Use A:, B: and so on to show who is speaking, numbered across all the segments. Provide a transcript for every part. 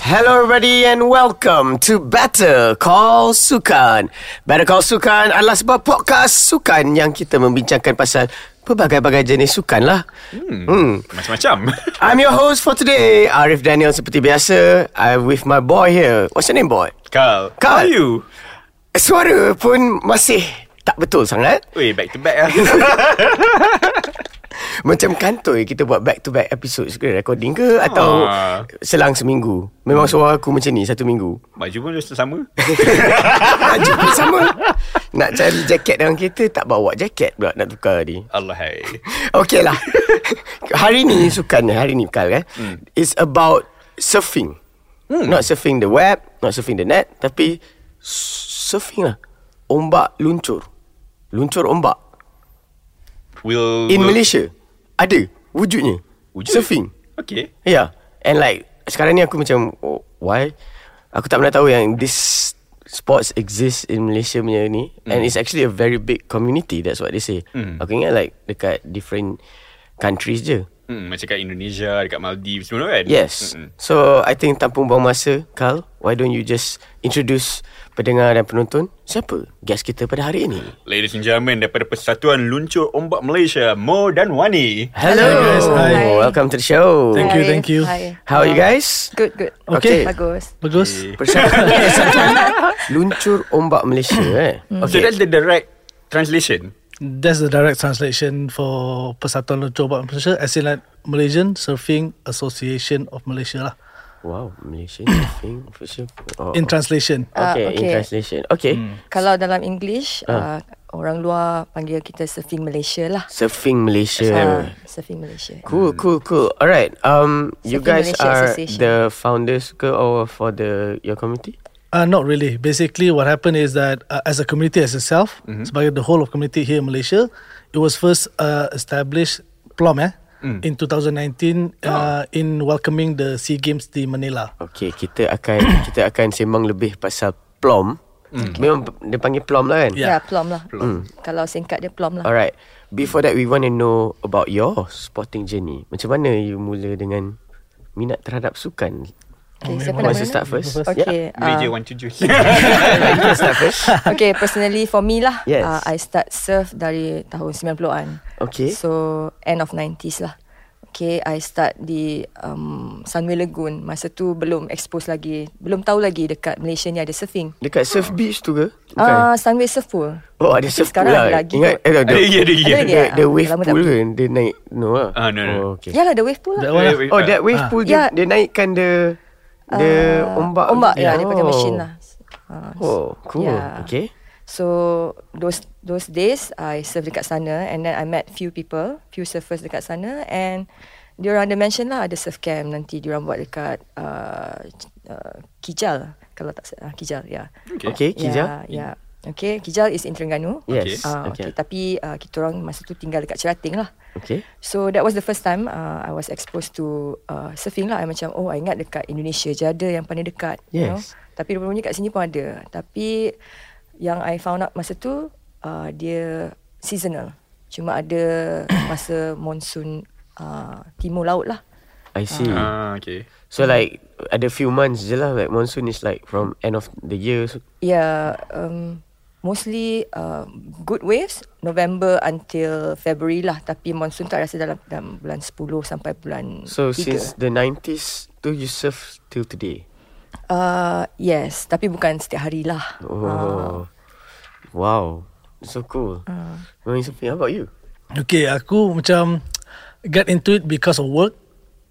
A: Hello, everybody, and welcome to Better Call Sukan. Better Call Sukan adalah sebuah podcast sukan yang kita membincangkan pasal pelbagai-bagai jenis sukan lah.
B: Hmm. hmm. Macam-macam.
A: I'm your host for today, Arif Daniel seperti biasa. I'm with my boy here. What's your name, boy?
B: Carl.
A: Carl.
B: How are you?
A: Suara pun masih tak betul sangat.
B: Weh, back to back lah.
A: Macam kantoi kita buat back to back episode sekali recording ke atau
B: Ah.
A: selang seminggu. Memang suara aku macam ni satu minggu.
B: Baju pun dah sama.
A: Baju pun sama. Nak cari jaket dalam kereta tak bawa jaket pula nak tukar ni.
B: Allah hai.
A: Okey lah. hari ni sukannya hari ni Kal kan. Hmm. It's about surfing. Hmm. Not surfing the web, not surfing the net tapi s- surfing lah. Ombak luncur. Luncur ombak.
B: Will
A: In
B: will-
A: Malaysia ada wujudnya.
B: Wujud?
A: Surfing.
B: Okay.
A: Yeah Ya, And like Sekarang ni aku macam oh, Why Aku tak pernah tahu yang This Sports exists in Malaysia punya ni mm. And it's actually a very big community That's what they say mm. Aku ingat like Dekat different Countries je
B: Hmm, macam kat Indonesia, dekat Maldives semua kan?
A: Yes
B: Mm-mm.
A: mm So I think tanpa buang masa Carl Why don't you just Introduce Pendengar dan penonton Siapa Guest kita pada hari ini
B: Ladies and gentlemen, daripada Persatuan Luncur Ombak Malaysia, Mo dan Wani.
A: Hello, Oh,
C: Hello, guys. Hi.
A: Welcome to the show
C: Thank you,
D: Hi,
C: thank you.
D: hi. Uh,
A: How are you guys?
D: Good, good.
A: Okay.
D: Bagus.
C: Bagus.
A: Persatuan Persatuan Luncur Ombak Malaysia eh
B: So that's the direct translation.
C: That's the direct translation for Persatuan Luncur Ombak Malaysia as in like Malaysian Surfing Association of Malaysia lah.
A: Wow, Malaysian surfing official. Oh,
C: In translation.
D: Ah,
A: okay, in
D: okay.
A: translation. Okay,
D: Kalau dalam English,
A: Ah.
D: uh, orang luar panggil kita surfing Malaysia lah.
A: surfing Malaysia.
D: Ah, surfing Malaysia.
A: Cool, cool, cool. All right. Um, you
D: Surfing
A: guys
D: Malaysia
A: are
D: Association.
A: the founders ke or for the your community?
C: Uh, not really. Basically, what happened is that uh, as a community as itself, sebagai the whole of community here in Malaysia, it was first uh, established Plom eh, in 2019 uh, in welcoming the Sea Games di Manila.
A: Okay, kita akan kita akan sembang lebih pasal plom. Memang p- dia panggil plom lah kan?
D: Ya, yeah. plom lah. Kalau singkat dia plom lah.
A: Alright. Before that, we want to know about your sporting journey. Macam mana you mula dengan minat terhadap sukan?
D: Okay, siapa
A: Who
D: nak
A: wants to
D: mula?
A: start first?
D: Okay,
B: Boleh
D: ah,
B: je want to choose.
A: Yeah, you can start first.
D: okay, personally for me lah,
A: Yes.
D: ah, I start surf dari tahun 90-an.
A: Okay.
D: So, end of 90s lah. Okay, I start di um, Sunway Lagoon. Masa tu belum expose lagi. Belum tahu lagi dekat Malaysia ni ada surfing.
A: Dekat surf beach tu ke? Bukan.
D: Ah, Sunway Surf Pool.
A: Oh ada surf pool
D: sekarang
A: lah
D: lagi
A: Ingat
D: kot.
A: eh, no, the,
B: Ada, ya, ada, ya.
D: Ada lagi,
A: the,
D: ah?
A: the wave
D: Lama tak
A: pool
D: pergi.
A: kan Dia naik No lah
B: Ah, no, no.
A: oh, okay.
D: Yalah, the wave pool lah.
C: That one lah.
B: Wait, wait,
A: oh that wave
C: Ah.
A: pool
D: Ya.
A: dia, dia naikkan the The
D: Ah,
A: ombak
D: Ombak ya,
A: Oh.
D: dia pakai mesin lah. Ah,
A: Oh cool
D: Ya.
A: Okay
D: So those those days I serve dekat sana and then I met few people, few surfers dekat sana and diorang ada mention lah ada surf camp nanti diorang buat dekat uh, uh, Kijal kalau tak uh, Kijal ya.
A: Okay, Kijal.
D: Ya, ya. Okay, Kijal is in Terengganu.
A: Yes
D: Ah,
A: Okay
D: okay. tapi uh, kita orang masa tu tinggal dekat Cerating lah.
A: Okay
D: So that was the first time uh, I was exposed to uh, surfing lah. I macam oh I ingat dekat Indonesia je ada yang pandai dekat. You know?
A: Yes.
D: Tapi rupanya kat sini pun ada. Tapi yang I found out masa tu uh, dia seasonal. Cuma ada masa monsoon uh, timur laut lah.
A: I see
B: ah, okay.
A: So like Ada few months je lah Like monsoon is like From end of the year so,
D: Yeah, um, mostly uh, good waves November until February lah. Tapi monsoon tak rasa dalam, dalam bulan 10 sampai bulan
A: so
D: 3.
A: since the 90s Tu you surf till today
D: Uh, yes, tapi bukan setiap hari lah.
A: Oh Wow So cool
D: Ah.
A: Knowing something How about you
C: Okay, aku macam get into it because of work.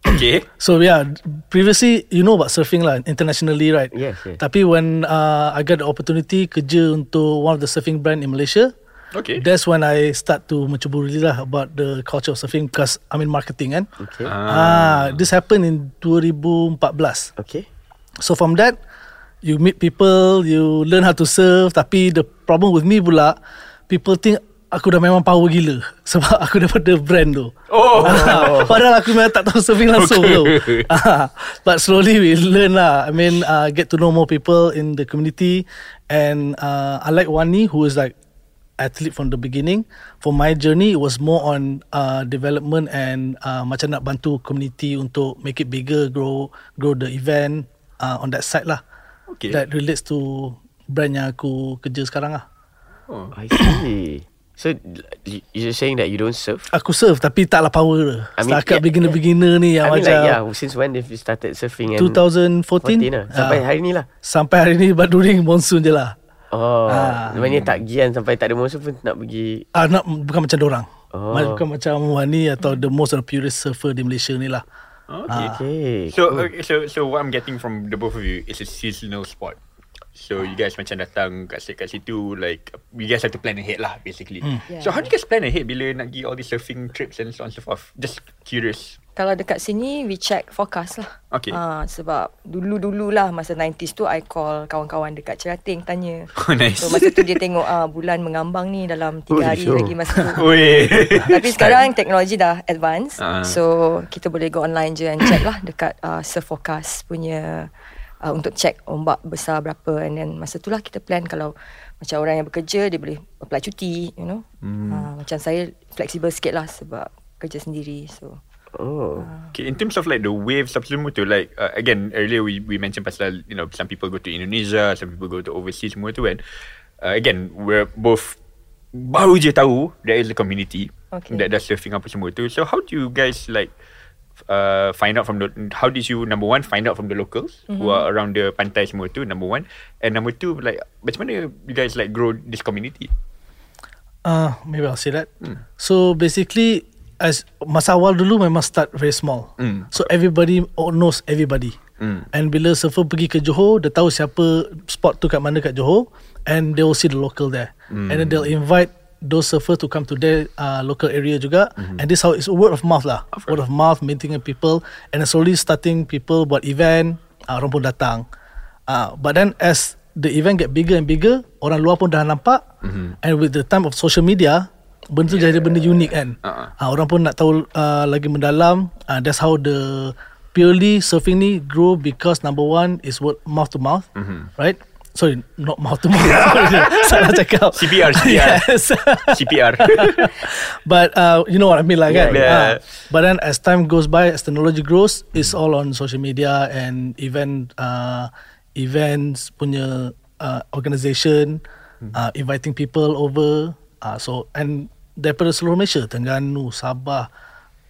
B: Okay.
C: So yeah, previously you know about surfing lah internationally right?
A: Yes, yes.
C: Tapi when uh, I got the opportunity kerja untuk one of the surfing brand in Malaysia,
B: Okay.
C: that's when I start to mencuburi lah about the culture of surfing because I'm in marketing kan.
A: Okay
C: Ah, this happened in 2014.
A: Okay
C: So from that You meet people You learn how to surf Tapi the problem with me pula People think Aku dah memang power gila Sebab aku daripada brand tu
B: Oh.
C: Padahal aku memang tak tahu surfing langsung
B: Okay.
C: okay. But slowly we learn lah I mean uh, Get to know more people In the community And uh, I like Wani Who is like Athlete from the beginning For my journey It was more on uh, Development and uh, Macam nak bantu community Untuk make it bigger Grow Grow the event uh, on that side lah.
B: Okay.
C: That relates to brand yang aku kerja sekarang lah.
A: I see. So you- you're saying that you don't surf?
C: Aku serve tapi taklah power
A: I
C: dia. I
A: mean,
C: mean, Setakat
A: yeah,
C: beginner-beginner ni yang
A: I mean
C: macam
A: like yeah, since when have you started surfing? And
C: 2014
A: lah.
C: ah,
A: Sampai hari ni lah.
C: sampai hari ni but during monsoon je lah.
A: Oh,
C: Ah.
A: maknanya tak gian sampai tak ada musuh pun nak pergi.
C: Ah, not, bukan macam dorang.
A: Oh.
C: Oh. Bukan macam Wani atau the most of the purest surfer di Malaysia ni lah.
A: Ah.
B: Okay.
A: Okay.
B: So okay, so so what I'm getting from the both of you is a seasonal spot. So you guys macam datang kat, si- kat situ like you guys have to plan ahead lah basically.
D: Yeah.
B: So how do you guys plan ahead bila nak pergi all these surfing trips and so on and so forth? Just curious.
D: Kalau dekat sini we check forecast lah.
B: Okay.
D: Ah sebab dulu-dululah masa 90s tu I call kawan-kawan dekat Cerating tanya.
B: Oh nice.
D: So masa tu dia tengok ah bulan mengambang ni dalam 3
A: Oh,
D: hari
A: sure.
D: lagi masa tu.
B: Weh.
D: Tapi sekarang teknologi dah advance.
B: Ah.
D: Uh. So kita boleh go online je and check lah dekat uh, surf forecast punya uh, untuk check ombak besar berapa and then masa tu lah kita plan kalau macam orang yang bekerja dia boleh apply cuti, you know. Hmm. Uh, macam saya flexible sikit lah sebab kerja sendiri. So
A: Oh.
B: Okay, in terms of like the waves apa semua tu like uh, again earlier we we mentioned pasal you know some people go to Indonesia, some people go to overseas semua tu kan. Uh, again, we're both baru je tahu there is a community
D: Okay.
B: that does surfing apa semua tu. So how do you guys like f- uh, find out from the how did you number one find out from the locals mm-hmm. who are around the pantai semua tu number one and number two like macam mana you guys like grow this community?
C: Uh, maybe I'll say that. Mm. So basically, as masa awal dulu memang start very small.
B: Mm.
C: So everybody all knows everybody.
B: Mm.
C: And bila surfer pergi ke Johor, dia tahu siapa spot tu kat mana kat Johor, and they will see the local there. Mm. And then they'll invite those surfer to come to their uh, local area juga. Mm-hmm. And this how it's word of mouth lah. Of word of mouth, meeting people, and then slowly starting people buat event, uh, orang pun datang. Uh, but then as the event get bigger and bigger, orang luar pun dah nampak. Mm-hmm. And with the time of social media, benda tu yeah. jadi benda unik kan.
B: Uh-uh.
C: Uh, orang pun nak tahu uh, lagi mendalam. Uh, that's how the purely surfing ni grow because number one is word mouth to mouth, mm-hmm. right? Sorry, not mouth to mouth. Sorry, Salah cakap.
B: CPR, CPR.
C: Yes.
B: CPR.
C: But uh, you know what I mean, like
B: Yeah,
C: kan?
B: yeah.
C: Ah. but then as time goes by, as technology grows, it's all on social media and event uh, events punya uh, organisation,
A: Hmm.
C: uh, inviting people over. Uh, so and daripada seluruh Malaysia, Terengganu, Sabah,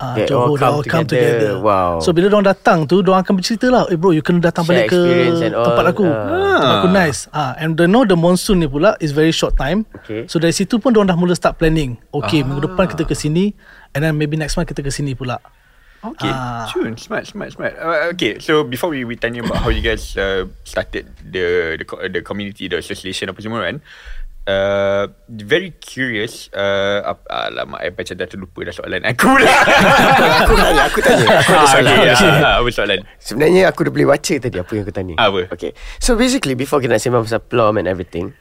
C: uh,
A: They all
C: Johor, they
A: come
C: all come
A: together.
C: together.
A: Wow.
C: So bila orang datang tu, orang akan bercerita lah, eh bro, you kena datang
A: Share
C: balik ke
A: experience and all.
C: tempat aku.
A: Ah.
C: Tempat aku nice. Ah, and they know the monsoon ni pula is very short time.
A: Okay.
C: So dari situ pun diorang dah mula start planning. Okay, ah. minggu depan kita ke sini and then maybe next month kita ke sini pula.
B: Okay,
C: Ah.
B: June, smart, smart, smart. Uh, okay, so before we, we tanya about how you guys uh, started the the co- the community, the association apa semua kan, uh, very curious. Uh, ap, alamak, I macam dah terlupa dah soalan aku lah.
A: aku tanya, aku tanya. Aku ada
B: Ah,
A: soalan.
B: okay, ah, apa soalan?
A: Sebenarnya aku dah boleh baca tadi apa yang aku tanya.
B: Apa?
A: Okay. So basically before kita nak sembang pasal plum and everything,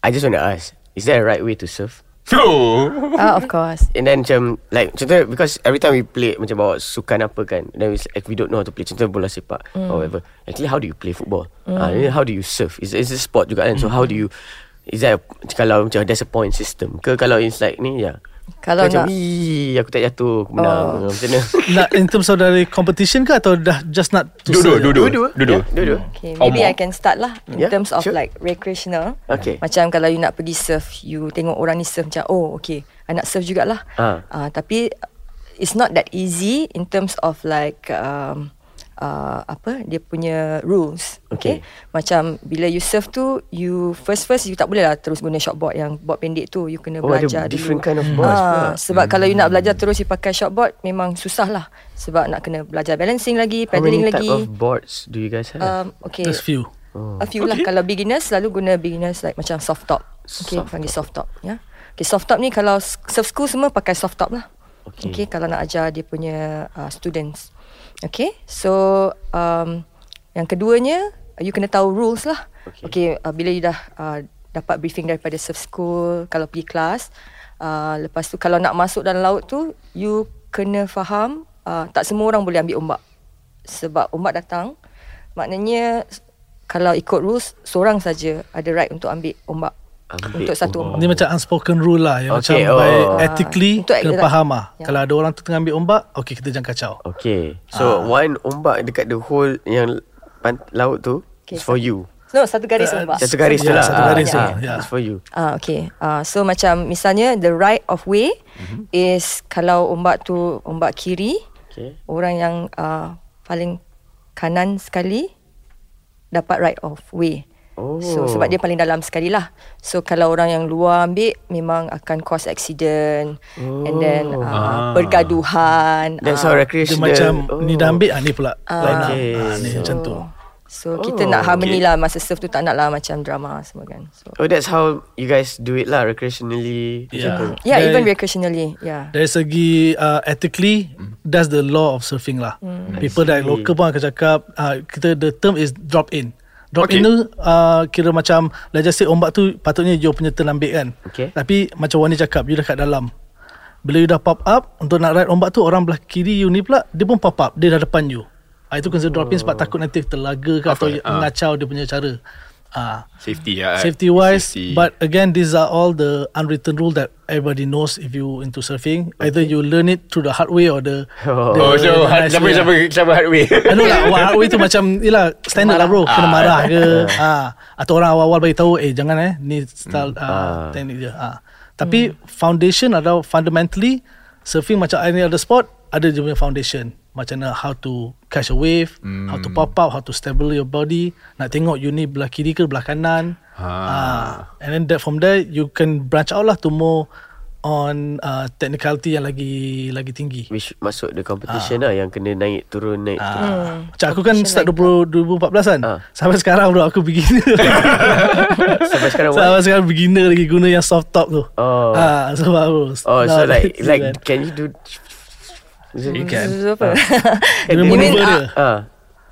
A: I just want to ask, is there a right way to surf?
B: No.
D: ah of course.
A: And then macam Like contoh Because every time we play Macam bawa sukan apa kan Then we, like, we don't know how to play Contoh bola sepak mm. Or whatever Actually how do you play football mm. uh, How do you surf It's, it's a sport juga kan So how do you Is that a- Kalau macam There's a point system Ke kalau it's like ni ya
D: Kalau
A: macam,
D: nak-
A: "Wee, Aku tak jatuh Aku menang oh. Macam mana
C: Nak in terms of dari competition ke atau dah just not to
B: Duduk,
C: serve?
B: duduk,
A: Dua-dua.
B: duduk.
A: Yeah, dua-dua.
D: Okay,
B: Or
D: maybe
B: more.
D: I can start lah in
A: Yeah,
D: yeah, terms of
A: sure.
D: like recreational.
A: Okay.
D: Macam kalau you nak pergi surf, you tengok orang ni surf macam, oh okay, I nak surf jugalah.
A: Ah.
D: Uh, tapi uh, it's not that easy in terms of like um, uh, apa dia punya rules.
A: Okay.
D: Macam bila you surf tu, you first first you tak boleh lah terus guna shortboard yang board pendek tu. You kena
A: Oh, ada
D: belajar
A: different
D: dulu.
A: kind of boards pula. Hmm.
D: Ah, sebab kalau you nak belajar terus you pakai shortboard memang susah lah. Sebab nak kena belajar balancing lagi,
A: How many
D: paddling
A: type
D: lagi.
A: of boards Do you guys have
D: Um, okay.
C: Just few.
D: A few lah. Kalau beginners selalu guna beginners like macam soft top. Okay,
A: Soft
D: soft panggil soft top. Ya. Yeah. Okay, soft top ni kalau s- surf school semua pakai soft top lah.
A: Okay.
D: Okay, okay kalau nak ajar dia punya uh, students. Okay, so um, yang keduanya uh, you kena tahu rules lah.
A: Okay.
D: Okay, okay uh, bila you dah uh, dapat briefing daripada surf school, kalau pergi kelas, uh, lepas tu kalau nak masuk dalam laut tu, you kena faham uh, tak semua orang boleh ambil ombak. Sebab ombak datang, maknanya s- kalau ikut rules, seorang saja ada right untuk ambil ombak.
A: Ambil
D: untuk satu
A: ombak.
D: ombak.
C: Ni macam unspoken rule lah yang
A: Okay,
C: okay,
A: oh.
C: macam by
A: Ah,
C: ethically
D: untuk-
C: kena faham lah.
D: Ya.
C: Kalau ada orang tu tengah ambil ombak, okay kita jangan kacau.
A: Okay So one ombak Dekat the whole Yang pan- laut tu
D: Okay,
A: It's for
D: so-
A: you
D: No, satu garis ombak.
A: Satu garis tu
C: Yeah,
A: lah
C: satu
A: Ah,
C: garis tu,
A: ah,
C: yeah.
A: It's for you
D: Ah, okay. Ah, so macam misalnya the right of way
A: Mhm.
D: mm-hmm. is kalau ombak tu ombak kiri,
A: Okay
D: orang yang ah, paling kanan sekali dapat right of way.
A: Oh.
D: So sebab dia paling dalam sekali lah. So kalau orang yang luar ambil memang akan cause accident oh. and then uh,
B: Ah.
D: ah. pergaduhan.
A: That's how
D: ah.
C: Dia
A: recreational
C: macam
A: Oh.
C: Ni dah ambil ah, Ni pula Lain ah,
A: Okay.
C: ah, Ni macam tu
D: Oh. So kita nak harmony lah masa surf tu tak nak lah macam drama semua kan. So
A: Oh that's how you guys do it lah recreationally.
C: Yeah,
D: yeah,
C: Dari-
D: Ya, even Ya. recreationally. Yeah.
C: Dari segi uh, ethically That's the law of surfing lah People that local pun akan cakap uh, Kita the term is drop in Drop
B: Okay.
C: in tu uh, Kira macam Let's just say ombak tu Patutnya you punya turn ambil kan
A: Okay.
C: Tapi macam Wani cakap You dah kat dalam Bila you dah pop up Untuk nak ride ombak tu Orang belah kiri you ni pula Dia pun pop up Dia dah depan you uh, Itu consider drop in Sebab takut nanti terlaga ke
B: Of
C: Atau
B: course, ah.
C: mengacau dia punya cara Ah,
B: Safety lah.
C: safety wise
B: Safety.
C: but again these are all the unwritten rule that everybody knows if you into surfing either you learn it through the hard way or the
A: Oh.
C: the-
B: Oh,
C: the
B: so hard,
C: nice
B: siapa
C: way
B: siapa
C: lah.
B: siapa hard way.
C: I know lah what hard way tu macam Yelah standard lah bro Kena marah ke ah. Atau orang awal-awal bagi tahu Eh jangan eh Ni style ah, teknik dia ah. Tapi foundation atau fundamentally Surfing macam any other sport Ada dia punya foundation Macam mana how to catch a wave How to pop up How to stable your body Nak tengok you ni belah kiri ke belah kanan ah. And then that from there You can branch out lah to more On uh, technicality yang lagi lagi tinggi
A: Which masuk the competition lah yang kena naik turun naik turun.
C: Ah. Macam aku kan start 20, 2014 kan
A: Ah.
C: Sampai sekarang bro aku beginner
A: Sampai sekarang what?
C: Sampai sekarang beginner lagi guna yang soft top tu
A: Oh.
C: ah, so,
A: Oh
C: bro,
A: so
C: now
A: like
C: that's
A: like
C: it, man.
A: can you do Is it-
B: You
D: So,
B: can.
D: so apa?
C: Kena
D: you mean,
C: maneuver dia
A: Ah.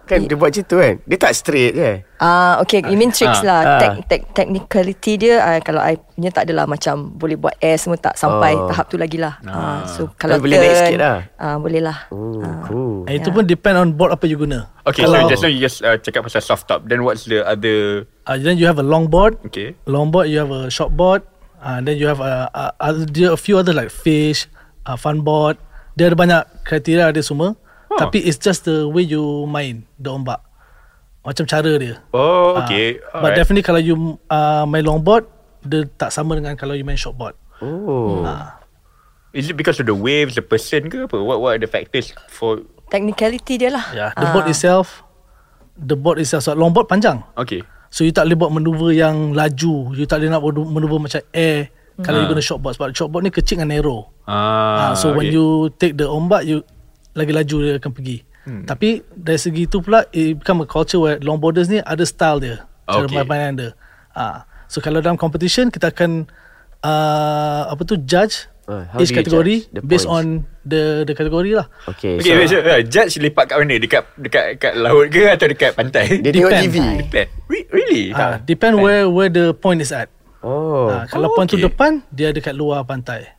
A: Kan dia buat macam tu kan. Dia tak straight je.
D: Ah, okay. You mean
B: Ah,
D: tricks lah.
A: ah.
D: Tech, tech, technicality dia, ah, kalau I punya tak adalah macam boleh buat air semua tak sampai
A: Oh.
D: tahap tu lagi lah. Ah, so
A: Tapi
D: kalau
A: boleh naik
D: turn,
A: sikit lah.
D: Ah, boleh lah.
A: Oh
D: Ah.
A: cool.
C: Eh, Itu pun depend on board apa you guna
B: Okay, so
C: Kalau-
B: just now you just uh, cakap pasal soft top. Then what's the other...
C: ah, Then you have a long board
B: Okay.
C: Long board you have a short board ah, Then you have a, a, a, there are a few other like fish ah, Fun board Dia ada banyak kriteria dia semua
B: Oh.
C: Tapi it's just the way you main The ombak Macam cara dia
B: Oh,
C: Ah,
B: okay. alright.
C: but definitely kalau you uh, main longboard, dia tak sama dengan kalau you main shortboard.
A: Oh.
C: Ah.
B: Is it because of the waves, the person ke apa? What what are the factors for...
D: Technicality dia lah.
A: Ya,
B: Ya.
C: Yeah, the
D: Ah.
C: board itself, the board itself. So longboard panjang.
B: Okay.
C: So you tak boleh buat maneuver yang laju. You tak boleh nak buat maneuver macam air kalau you
B: Ah.
C: guna shortboard. Sebab shortboard ni kecil dengan narrow.
B: Ah,
C: Ah, so when
B: okay.
C: you take the ombak, you lagi laju dia akan pergi. Tapi dari segi tu pula, it become a culture where longboarders ni ada style dia. Cara
B: Okay.
C: okay. permainan dia. Ah, so kalau dalam competition, kita akan uh, apa tu judge
A: Ah, how
C: each
A: do you
C: category
A: judge the
C: based
A: points?
C: on the the category lah.
A: Okay. so,
B: Okay, wait, so, uh, judge lepak kat mana? Dekat dekat dekat laut ke atau dekat pantai?
A: Dia tengok
C: depend.
A: TV.
B: Dekat. Re- really?
C: Ah,
B: Ha.
C: depend where where the point is at.
A: Oh.
C: Ah,
B: Oh,
C: kalau point tu
B: okay.
C: depan, dia dekat luar pantai.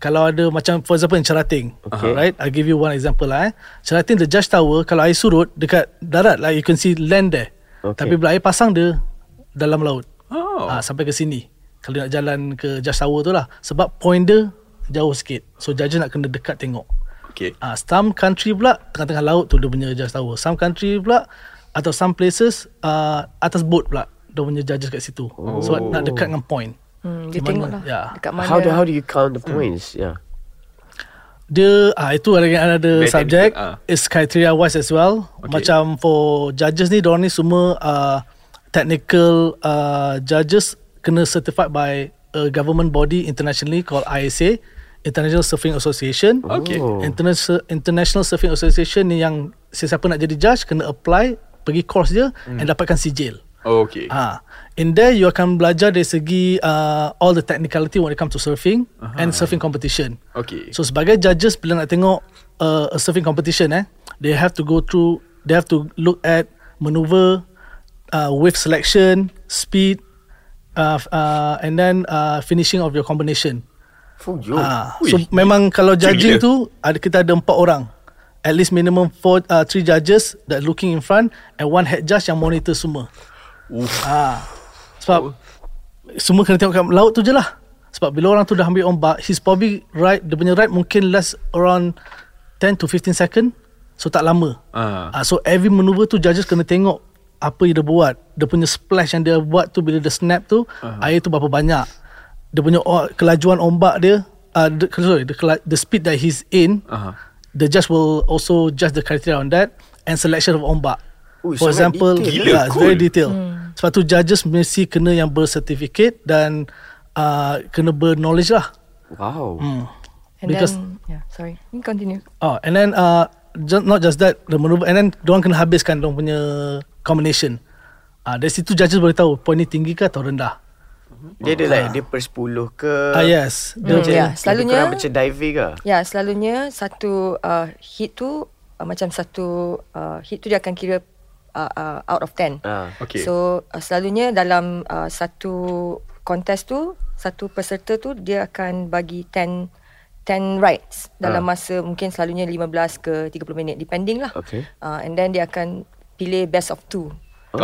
C: Kalau ada macam for example in Cerating,
A: Okay.
C: right? I'll give you one example lah. Eh. Cerating the judge tower kalau air surut dekat darat like you can see land there.
A: Okay.
C: Tapi bila air pasang dia dalam laut.
B: Oh.
C: Ah, sampai ke sini. Kalau nak jalan ke judge tower tu lah sebab point dia jauh sikit. So judge nak kena dekat tengok.
B: Okay.
C: Ah, some country pula tengah-tengah laut tu dia punya judge tower. Some country pula atau some places uh, atas boat pula dia punya judges kat situ. Oh. So nak dekat dengan point.
D: Hmm, dia
C: Di
D: tengok
C: mana?
D: lah.
C: Ya. Hmm. Yeah.
D: Dekat mana.
A: Ya. How do how do you count the points? Yeah.
C: Dia ah itu lagi ada
B: Very
C: subject
B: technical, ah.
C: is criteria wise as well.
B: Okay.
C: Macam for judges ni diorang ni semua uh, technical uh, judges kena certified by a government body internationally called ISA International Surfing Association.
B: Okay.
A: Oh.
C: International International Surfing Association ni yang sesiapa nak jadi judge kena apply pergi course dia and dapatkan sijil.
B: Oh, Hmm. okay.
C: Ha. In there you akan belajar dari segi uh, all the technicality when it comes to surfing uh-huh. and surfing competition.
B: Okay.
C: So sebagai judges bila nak tengok uh, a surfing competition eh, they have to go through they have to look at maneuver, uh, wave selection, speed uh, f- uh, and then uh, finishing of your combination.
A: For you.
B: Oh,
C: Ah,
B: Ui.
C: so memang kalau
B: Gila.
C: judging tu ada kita ada empat orang. At least minimum four, uh, three judges that looking in front and one head judge yang monitor semua.
B: Oof. Oh.
C: Ah, sebab semua kena tengok kat laut tu je lah. Sebab bila orang tu dah ambil ombak, his probably ride, dia punya ride mungkin last around 10 to 15 second. So tak lama.
B: Ah.
C: Ah, so every maneuver tu judges kena tengok apa yang dia buat dia punya splash yang dia buat tu bila dia snap tu uh-huh. air tu berapa banyak dia punya o- kelajuan ombak dia uh, the, sorry the, kela- the speed that he's in
B: Uh-huh.
C: the judge will also judge the criteria on that and selection of ombak
A: Ui,
C: for
A: sangat
C: example
A: detail, lah.
B: eh?
C: yeah, it's very
B: Cool.
C: detail hmm. sebab tu judges mesti kena yang bersertifikat dan uh, kena berknowledge lah
A: Wow.
D: And
C: Because-
D: then, yeah, sorry. You continue.
C: Oh, and then uh, just, not just that, the maneuver, and then diorang kena habiskan diorang punya combination. Ah, uh, dari situ judges boleh tahu point ni tinggi ke atau rendah.
A: Dia ada like dia per 10 ke?
C: Hmm. Ah uh, yes. Dia
D: Hmm,
C: macam
D: yeah.
A: Lebih
D: Selalunya-
A: kurang macam diving ah. ke?
D: Ya, selalunya satu uh, hit tu uh, macam satu uh, hit tu dia akan kira uh, uh, out of 10.
A: Ah.
B: Okay.
D: So, uh, selalunya dalam uh, satu contest tu, satu peserta tu dia akan bagi 10 10 rides dalam masa mungkin selalunya 15 ke 30 minit depending lah.
A: Okay.
D: Uh, and then dia akan pilih best of two.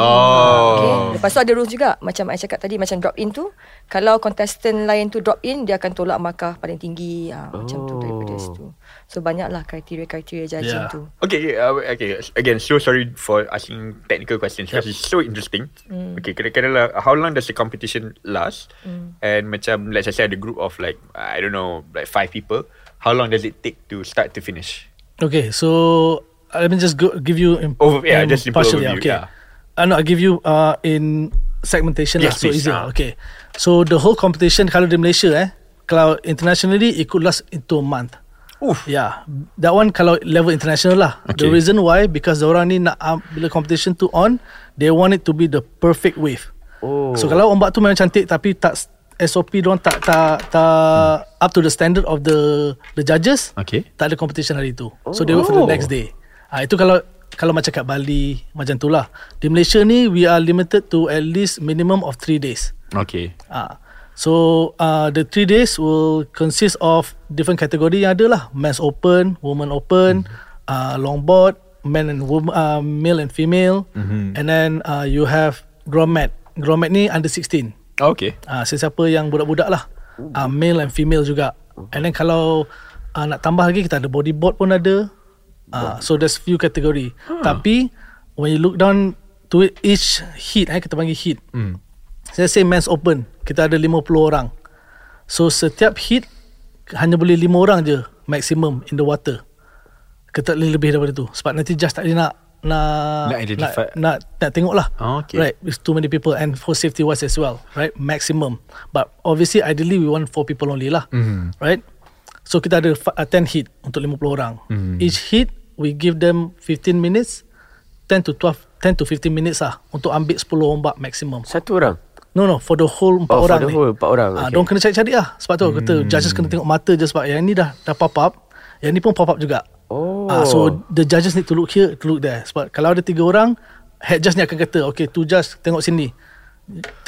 D: Okay.
B: Oh.
D: Lepas tu ada rules juga Macam I cakap tadi Macam drop in tu Kalau contestant lain tu drop in Dia akan tolak markah paling tinggi ha, oh. Macam tu daripada situ So banyaklah kriteria-kriteria judging
C: Yeah.
D: yeah. tu
B: Okay, okay, uh, okay. Again, so sorry for asking technical questions because it's so interesting. Mm. Okay, kira-kira lah, how long does the competition last? Mm. And macam, let's say ada group of like, I don't know, like five people. How long does it take to start to finish?
C: Okay, so uh, let me just go, give you imp-
B: Over- yeah, just simple
C: partial,
B: overview, yeah.
C: Uh, no, I'll give you uh, in segmentation
B: Yes,
C: lah, so
B: please,
C: easier.
B: ah.
C: Okay, so the whole competition kalau di Malaysia eh, kalau internationally it could last into a month.
B: Oof.
C: Yeah, that one kalau level international lah. Okay. The
B: Okay.
C: reason why because orang ni nak um, bila competition tu on, they want it to be the perfect wave.
A: Oh.
C: So kalau ombak tu memang cantik tapi tak s- SOP dia tak tak tak hmm. up to the standard of the the judges.
B: Okay.
C: Tak ada competition hari tu. So they wait for
B: Oh.
C: the next day. Ah itu kalau kalau macam kat Bali macam tu lah. Di Malaysia ni we are limited to at least minimum of 3 days.
B: Okay.
C: Ah. So uh, the three days will consist of different kategori yang ada lah. Men's open, women open, mm-hmm. uh, longboard, men and woman, uh, male and female. Mm-hmm. And then uh, you have grommet. Grommet ni under 16.
B: Okay.
C: Ah, sesiapa yang budak-budak lah. Ah, male and female juga. And then kalau ah, nak tambah lagi kita ada bodyboard pun ada. Ah, so there's few category. Tapi when you look down to it, each heat eh kita panggil heat. Hmm. Saya say men's open, kita ada 50 orang. So setiap heat hanya boleh 5 orang je maximum in the water. Kita tak boleh lebih daripada tu sebab nanti judge tak boleh nak nak
B: Nak identify.
C: nak, nak, nak tengok lah
B: Oh, okay.
C: right it's too many people and for safety wise as well right maximum but obviously ideally we want four people only lah right so kita ada fa- uh, 10 hit untuk 50 orang each hit we give them 15 minutes 10 to 12 10 to 15 minutes lah untuk ambil 10 ombak maximum
A: Satu orang.
C: No no For the whole empat
A: Oh, for
C: orang
A: the
C: ni.
A: whole empat orang,
C: Ah,
A: okay.
C: Diorang kena cari-cari lah Sebab tu hmm. kata Judges kena tengok mata je Sebab yang ni dah Dah pop up Yang ni pun pop up juga
A: Oh.
C: Ah, So the judges need to look here To look there Sebab kalau ada tiga orang Head judge ni akan kata Okay tu judge Tengok sini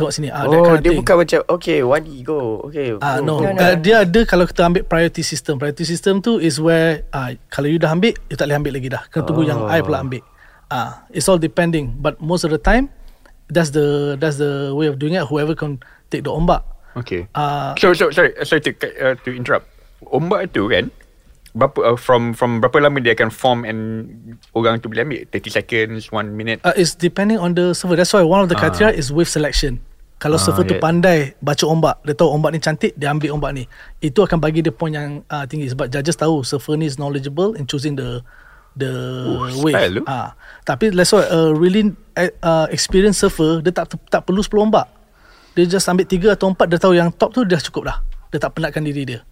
C: Tengok sini ah, that
A: oh,
C: kind of
A: dia
C: thing.
A: bukan macam okay, one go. Oh, Okay.
C: Ah
A: go,
C: no,
A: go.
D: No, no.
C: Uh, dia ada kalau kita ambil priority system. Priority system tu is where ah kalau you dah ambil, you tak boleh ambil lagi dah. Kena tunggu yang I pula ambil. Ah it's all depending, but most of the time that's the that's the way of doing it. Whoever can take the ombak.
B: Okay.
C: Ah
B: So, so sorry, uh, sorry to, cut- uh, to interrupt. Ombak tu kan, berapa, uh, from from berapa lama dia akan form and orang tu boleh ambil? 30 seconds, 1 minute?
C: Uh, it's depending on the server. That's why one of the criteria is wave selection. Kalau
B: Ah,
C: server tu
B: yeah.
C: pandai baca ombak, dia tahu ombak ni cantik, dia ambil ombak ni. Itu akan bagi dia point yang uh, tinggi sebab judges tahu server ni is knowledgeable in choosing the the
B: Oh,
C: wave.
B: style tu.
C: Ah, tapi that's why a really uh, experienced surfer dia tak tak perlu 10 ombak. Dia just ambil 3 atau 4 dia tahu yang top tu dah cukup dah. Dia tak penatkan diri dia.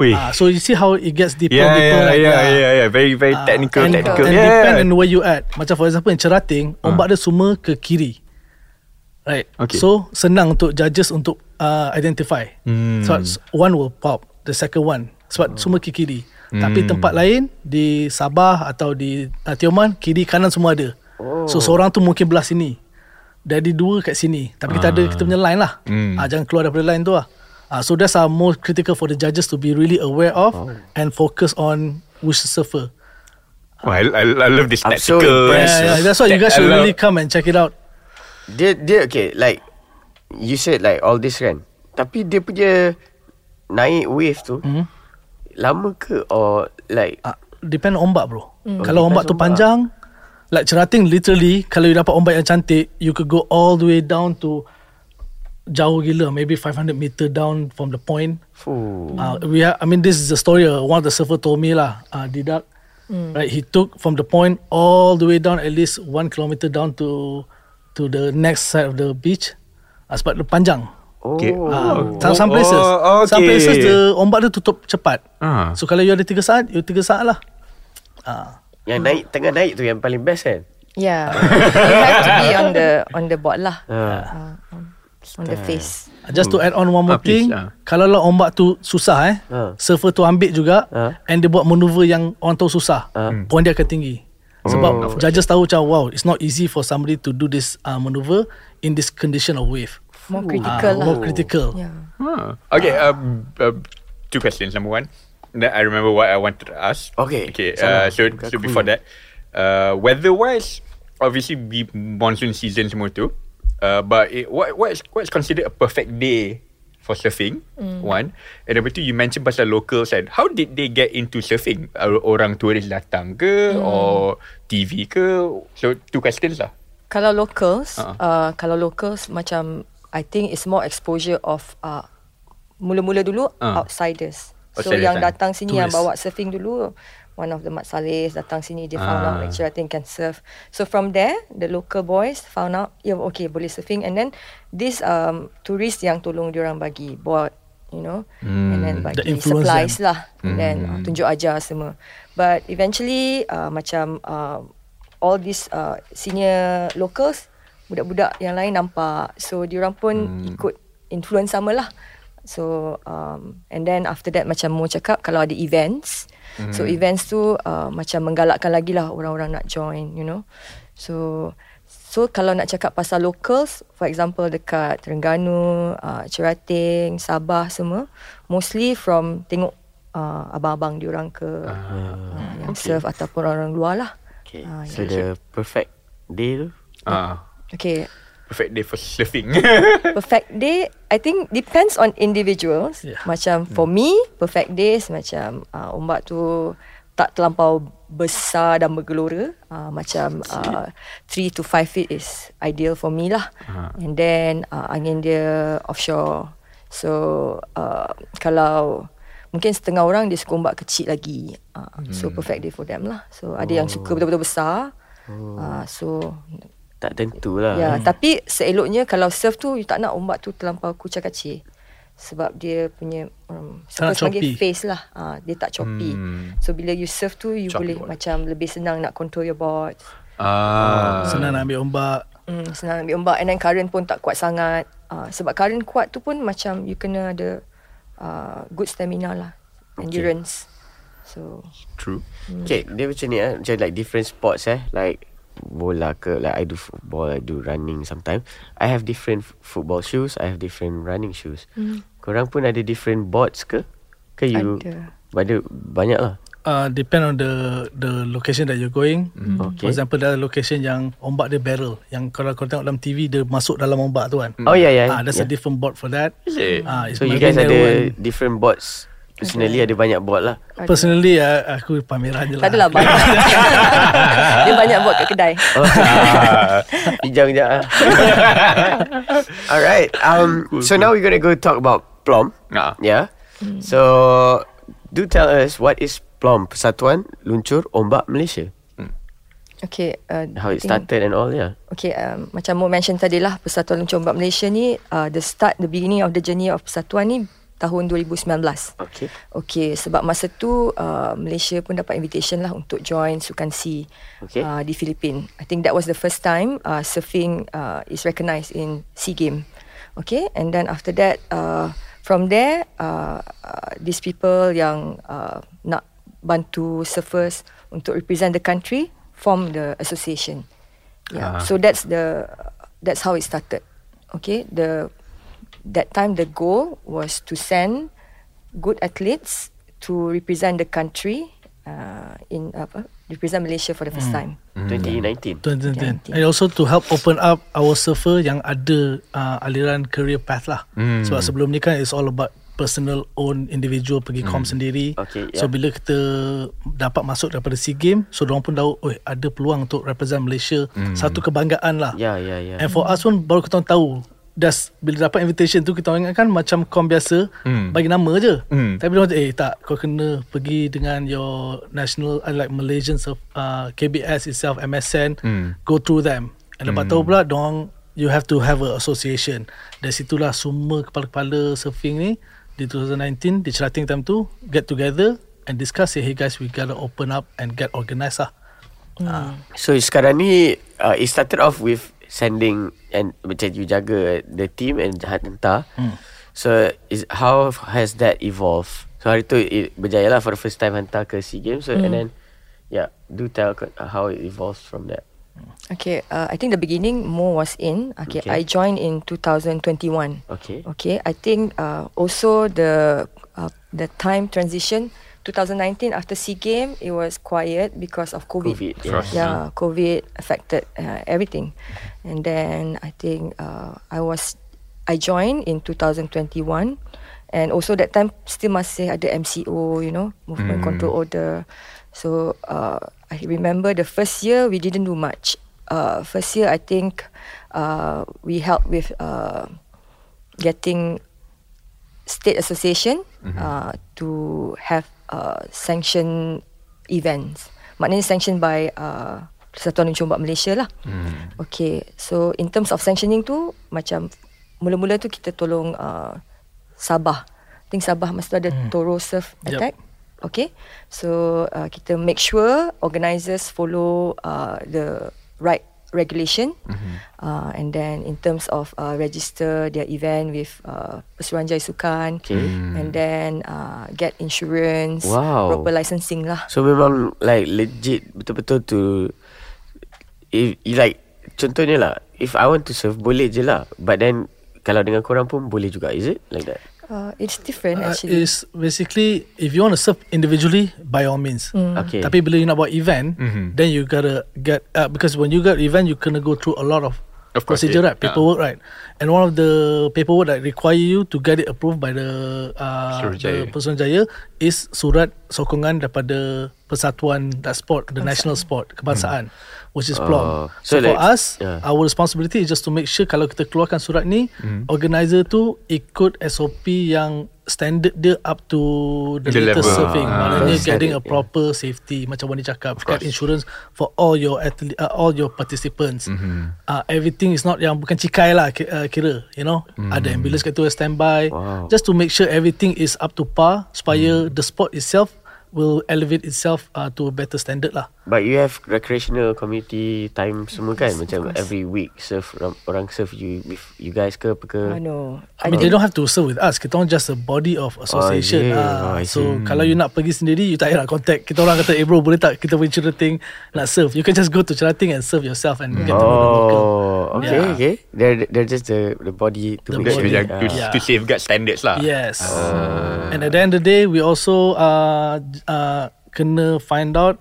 B: Wih.
C: Ah, so you see how it gets
B: Eh.
C: deeper
B: Yeah,
C: deeper
B: yeah,
C: like
B: yeah,
C: that.
B: yeah, yeah. Very, very
C: lah, Ah,
B: technical,
C: and,
B: technical.
C: And
B: Yeah. Ah.
C: depend on where you at. Macam for example, in Cerating, ombak dia semua ke kiri. Right.
B: Okay.
C: So, senang untuk judges untuk uh, identify. Hmm. So, one will pop. The second one. Sebab
B: Oh.
C: semua ke kiri. Tapi
B: Hmm.
C: tempat lain, di Sabah atau di uh, Tioman, kiri kanan semua ada. Oh. So, seorang tu mungkin belah sini. Dari dua kat sini. Tapi kita ada kita punya
B: Ah.
C: line lah. Hmm. Uh, jangan keluar daripada line tu lah. Uh, so that's our most critical for the judges to be really aware of oh. and focus on which surfer.
B: Oh, I, I, I love this
A: I'm so
B: tactical.
A: impressed.
C: Yeah, yeah, that's why you
B: Tech-
C: guys
B: I
C: should
B: love-
C: really come and check it out.
A: Dia dia okay like you said like all this kan. Tapi dia punya naik wave tu
C: Hmm.
A: mm-hmm. lama ke or like
C: Ah, depend on ombak bro. Kalau ombak
A: depends
C: tu
A: ombak.
C: panjang, Like Cerating literally kalau you dapat ombak yang cantik, you could go all the way down to jauh gila, maybe 500 meter down from the point.
A: Fuh.
C: Uh, we have, I mean, this is the story. Uh, one of the surfer told me lah, uh, Didak, right? He took from the point all the way down, at least one kilometer down to to the next side of the beach. Uh, sebab dia panjang.
B: Okay.
A: oh.
C: Uh, some, some places,
B: Oh,
C: some
B: okay.
C: places the ombak dia tutup cepat.
B: Ah.
C: So kalau you ada 3 saat, you 3 saat lah. Uh,
A: Yang naik tengah naik tu yang paling best kan.
D: Yeah. you have to be on the on the board lah.
A: Ah.
D: Uh, on- on the face.
C: Just to add on one more
B: Ah, please,
C: thing
B: ah.
C: Kalau lah ombak tu susah eh
A: Ah.
C: Surfer tu ambil juga
A: Ah.
C: And dia buat maneuver yang orang tahu susah
A: Ah.
B: Hmm.
C: Point dia akan tinggi Sebab
B: Oh.
C: judges tahu macam Wow it's not easy for somebody to do this uh, maneuver In this condition of wave
D: More
C: Ah,
D: critical lah.
C: More critical
D: Yeah.
B: Huh. Okay, um, um, two questions. Number one, that I remember what I wanted to ask.
A: Okay,
B: Okay.
A: salah.
B: Uh, so,
A: Bukan
B: so
A: aku
B: before
A: ni.
B: that, uh, weather-wise, obviously be monsoon season semua tu. Uh, but it, what what is what is considered a perfect day for surfing? One, and number two, you mentioned pasal locals and how did they get into surfing? Or- Orang turis datang ke, or TV ke? So two questions lah.
D: Kalau locals,
B: Ah.
D: uh-huh. uh, kalau locals macam I think it's more exposure of uh, mula-mula dulu
B: Ah.
D: uh. outsiders. So
B: Outsiders,
D: yang
B: eh?
D: datang sini yang bawa
C: Tourists.
D: surfing dulu one of the Mat Saleh datang sini dia found
B: Ah.
D: out actually I think can surf. So from there the local boys found out yeah okay boleh surfing and then this um tourist yang tolong diorang bagi board you know mm. and then
C: The
D: bagi
C: influence
D: supplies
C: them.
D: lah mm. then uh, tunjuk ajar semua. But eventually uh, macam uh, all these uh, senior locals budak-budak yang lain nampak so diorang pun mm. ikut influence sama lah. So um, and then after that macam Mo cakap kalau ada events mm. so events tu uh, macam menggalakkan lagi lah orang-orang nak join you know. So So kalau nak cakap pasal locals, for example dekat Terengganu, uh, Cerating, Sabah semua, mostly from tengok uh, abang-abang diorang ke uh, uh, yang okay. serve ataupun orang luar lah.
A: Okay.
D: Ah,
A: so the perfect day tu.
B: Ah,
D: Okay,
B: perfect day for surfing.
D: perfect day I think depends on individuals.
C: Yeah.
D: Yeah. Macam for me, perfect days macam uh, ombak tu tak terlampau besar dan bergelora. Uh, macam uh, 3 to 5 feet is ideal for me lah. Uh-huh. And then uh, angin dia offshore. So uh, kalau mungkin setengah orang dia suka ombak kecil lagi. Uh, So perfect day for them lah. So ada yang suka betul-betul besar. Uh, so
A: Tak tentu lah.
D: Ya, tapi seeloknya kalau surf tu you tak nak ombak tu terlampau kucak-kacir. Sebab dia punya um,
C: Tak nak
D: siapa sebagai
C: choppy.
D: face lah. Ha, dia tak choppy.
B: Hmm.
D: Hmm. So bila you surf tu you
B: Choppy
D: boleh
B: water.
D: macam lebih senang nak control your board.
B: ah,
C: Senang nak ambil ombak
D: Hmm, senang ambil ombak and then current pun tak kuat sangat. Ha, sebab current kuat tu pun macam you kena ada uh, good stamina lah. Endurance. So
B: true.
A: Okay, dia macam ni eh. Macam like different sports eh. Like bola ke like I do football, I do running sometimes. I have different f- football shoes, I have different running shoes. Mm. Korang pun ada different boards ke? Ke you?
D: Ada.
A: Ada banyak lah.
C: uh, Depend on the the location that you're going
A: Mm-hmm. Okay.
C: For example ada location yang ombak dia barrel Yang kalau kau tengok dalam TV Dia masuk dalam ombak tu kan
A: Oh yeah yeah.
C: Ah, There's a
A: yeah.
C: different board for that
B: Is it?
C: Ah, it's
A: so you guys
C: Melvin Darrow and-
A: ada different boards. Personally ada banyak board lah.
D: ada.
C: Personally uh, aku pameran je lah.
D: tak adalah banyak. dia banyak buat kat kedai.
A: Oh. Hijau hijau ah. Alright. Um so now we're going to go talk about plom.
B: Ah.
A: Yeah. Ya? So do tell us what is plom? Persatuan Luncur Ombak Malaysia.
D: Okay. Uh,
A: How it
D: I think-
A: started and all ya? yeah.
D: Okay, um, macam Mo mention tadi lah, Persatuan Luncur Ombak Malaysia ni, uh, the start, the beginning of the journey of Persatuan ni tahun 2019.
A: Okay.
D: Okay, sebab masa tu uh, Malaysia pun dapat invitation lah untuk join Sukan Sea
A: Okay.
D: uh, di Filipina. I think that was the first time uh, surfing uh, is recognised in Sea Game. Okay, and then after that, uh, from there, uh, uh, these people yang uh, nak bantu surfers untuk represent the country form the association. Yeah,
B: Ah.
D: so that's the that's how it started. Okay, the that time the goal was to send good athletes to represent the country uh, in apa represent Malaysia for the first time.
A: 2019.
C: Tuan, tuan, tuan. And also to help open up our surfer yang ada uh, aliran career path lah. Sebab sebelum ni kan it's all about personal own individual pergi hmm. comp sendiri.
A: Okay, yeah.
C: So bila kita dapat masuk daripada SEA Games, so diorang pun tahu, "Oi, ada peluang untuk represent Malaysia." Hmm. Satu kebanggaan lah.
A: Ya, ya, ya.
C: And for us pun baru kita orang tahu Das bila dapat invitation tu kita orang ingatkan macam kom biasa
B: Hmm.
C: bagi nama je.
B: Hmm.
C: Tapi dia kata eh tak kau kena pergi dengan your national uh, like Malaysian Surf- uh, KBS itself MSN
B: Hmm.
C: go through them. And lepas tu pula dong you have to have a association. Dari situlah semua kepala-kepala surfing ni di 2019 di cerating time tu get together and discuss say hey guys we gotta open up and get organised lah.
A: So sekarang ni uh, It started off with Sending And macam you jaga The team and hantar hmm. So is How has that evolved So hari tu it Berjaya lah for the first time Hantar ke SEA Games so, And then Yeah Do tell co- How it evolves from that
D: Okay, uh, I think the beginning more was in. Okay,
A: Okay.
D: I joined in 2021.
A: Okay.
D: Okay, I think uh, also the uh, the time transition 2019 after Sea Game it was quiet because of COVID.
A: COVID,
B: yeah. Trust,
D: Yeah, COVID affected uh, everything, and then I think uh, I was I joined in 2021. And also that time still masih ada MCO, you know, movement control order. So uh, I remember the first year we didn't do much. Uh, first year I think uh, we helped with uh, getting state association uh, to have uh, sanction events. Maknanya sanctioned by uh, Persatuan Ujung Ombak Malaysia lah. Okay, so in terms of sanctioning tu, macam mula-mula tu kita tolong uh, Sabah. I think Sabah masa tu ada Toro Surf
C: Yup.
D: Attack. Okay, so uh, kita make sure organisers follow uh, the right regulation
A: Mm-hmm.
D: uh, and then in terms of uh, register their event with uh, Perseruan Jaya Sukan
A: Okay. Mm.
D: and then uh, get insurance,
A: Wow.
D: proper licensing lah.
A: So memang Like legit Betul-betul to if, Like Contohnya lah If I want to serve Boleh je lah But then Kalau dengan korang pun Boleh juga Is it like that
D: Uh, it's different
C: Uh,
D: actually.
C: is basically if you want to serve individually by all means.
A: Okay
C: Hmm. Tapi bila you nak buat event,
B: Mhm.
C: mm-hmm. then you gotta get uh, because when you got event, you kena go through a lot of,
B: Of course,
C: procedure,
B: yeah.
C: right? Paperwork, right? And one of the paperwork that require you to get it approved by the uh,
B: Suruhjaya.
C: the Persatuan Jaya is surat sokongan daripada Persatuan that sport, the national sport kebangsaan,
B: Hmm.
C: which is
B: Uh,
A: Oh.
C: PLOM.
A: So
C: So, for
A: like-
C: us,
A: yeah.
C: our responsibility is just to make sure kalau kita keluarkan surat ni,
B: Hmm.
C: organizer tu ikut SOP yang standard dia up to the,
B: The
C: latest
B: level.
C: surfing.
B: Ah.
C: Maknanya
A: Standard,
C: getting
A: yeah.
C: a proper safety macam Wani cakap
B: course.
C: get insurance for all your athlete, uh, all your participants mm-hmm. uh, everything is not yang bukan cikai lah ki- uh, kira you know mm. ada ambulance kat tu yang standby
A: Wow. Mm.
C: just to make sure everything is up to par supaya the sport itself will elevate itself uh, to a better standard lah
A: But you have recreational community time semua kan macam every week serve orang- orang serve you with you guys ke apa ke.
D: Oh, I
C: Ah,
D: know.
C: I mean they don't have to serve with us Kita orang just a body of
A: Oh,
C: association
A: is it?
C: Ah,
A: Oh, I
C: So
A: see.
C: kalau you nak pergi sendiri You tak payah nak contact Kita orang kata Eh bro boleh tak Kita pergi Cerating Nak serve You can just go to Cerating And serve yourself And get to know the local
A: Oh, okay,
C: Yeah.
A: okay. They're they're just the the body to
C: The
A: make
B: Just
A: sure.
B: to,
C: body.
A: that,
B: jaga, to,
A: ah.
B: to safeguard standards lah.
C: Yes.
B: Ah.
C: and at the end of the day, we also uh, j- uh, kena find out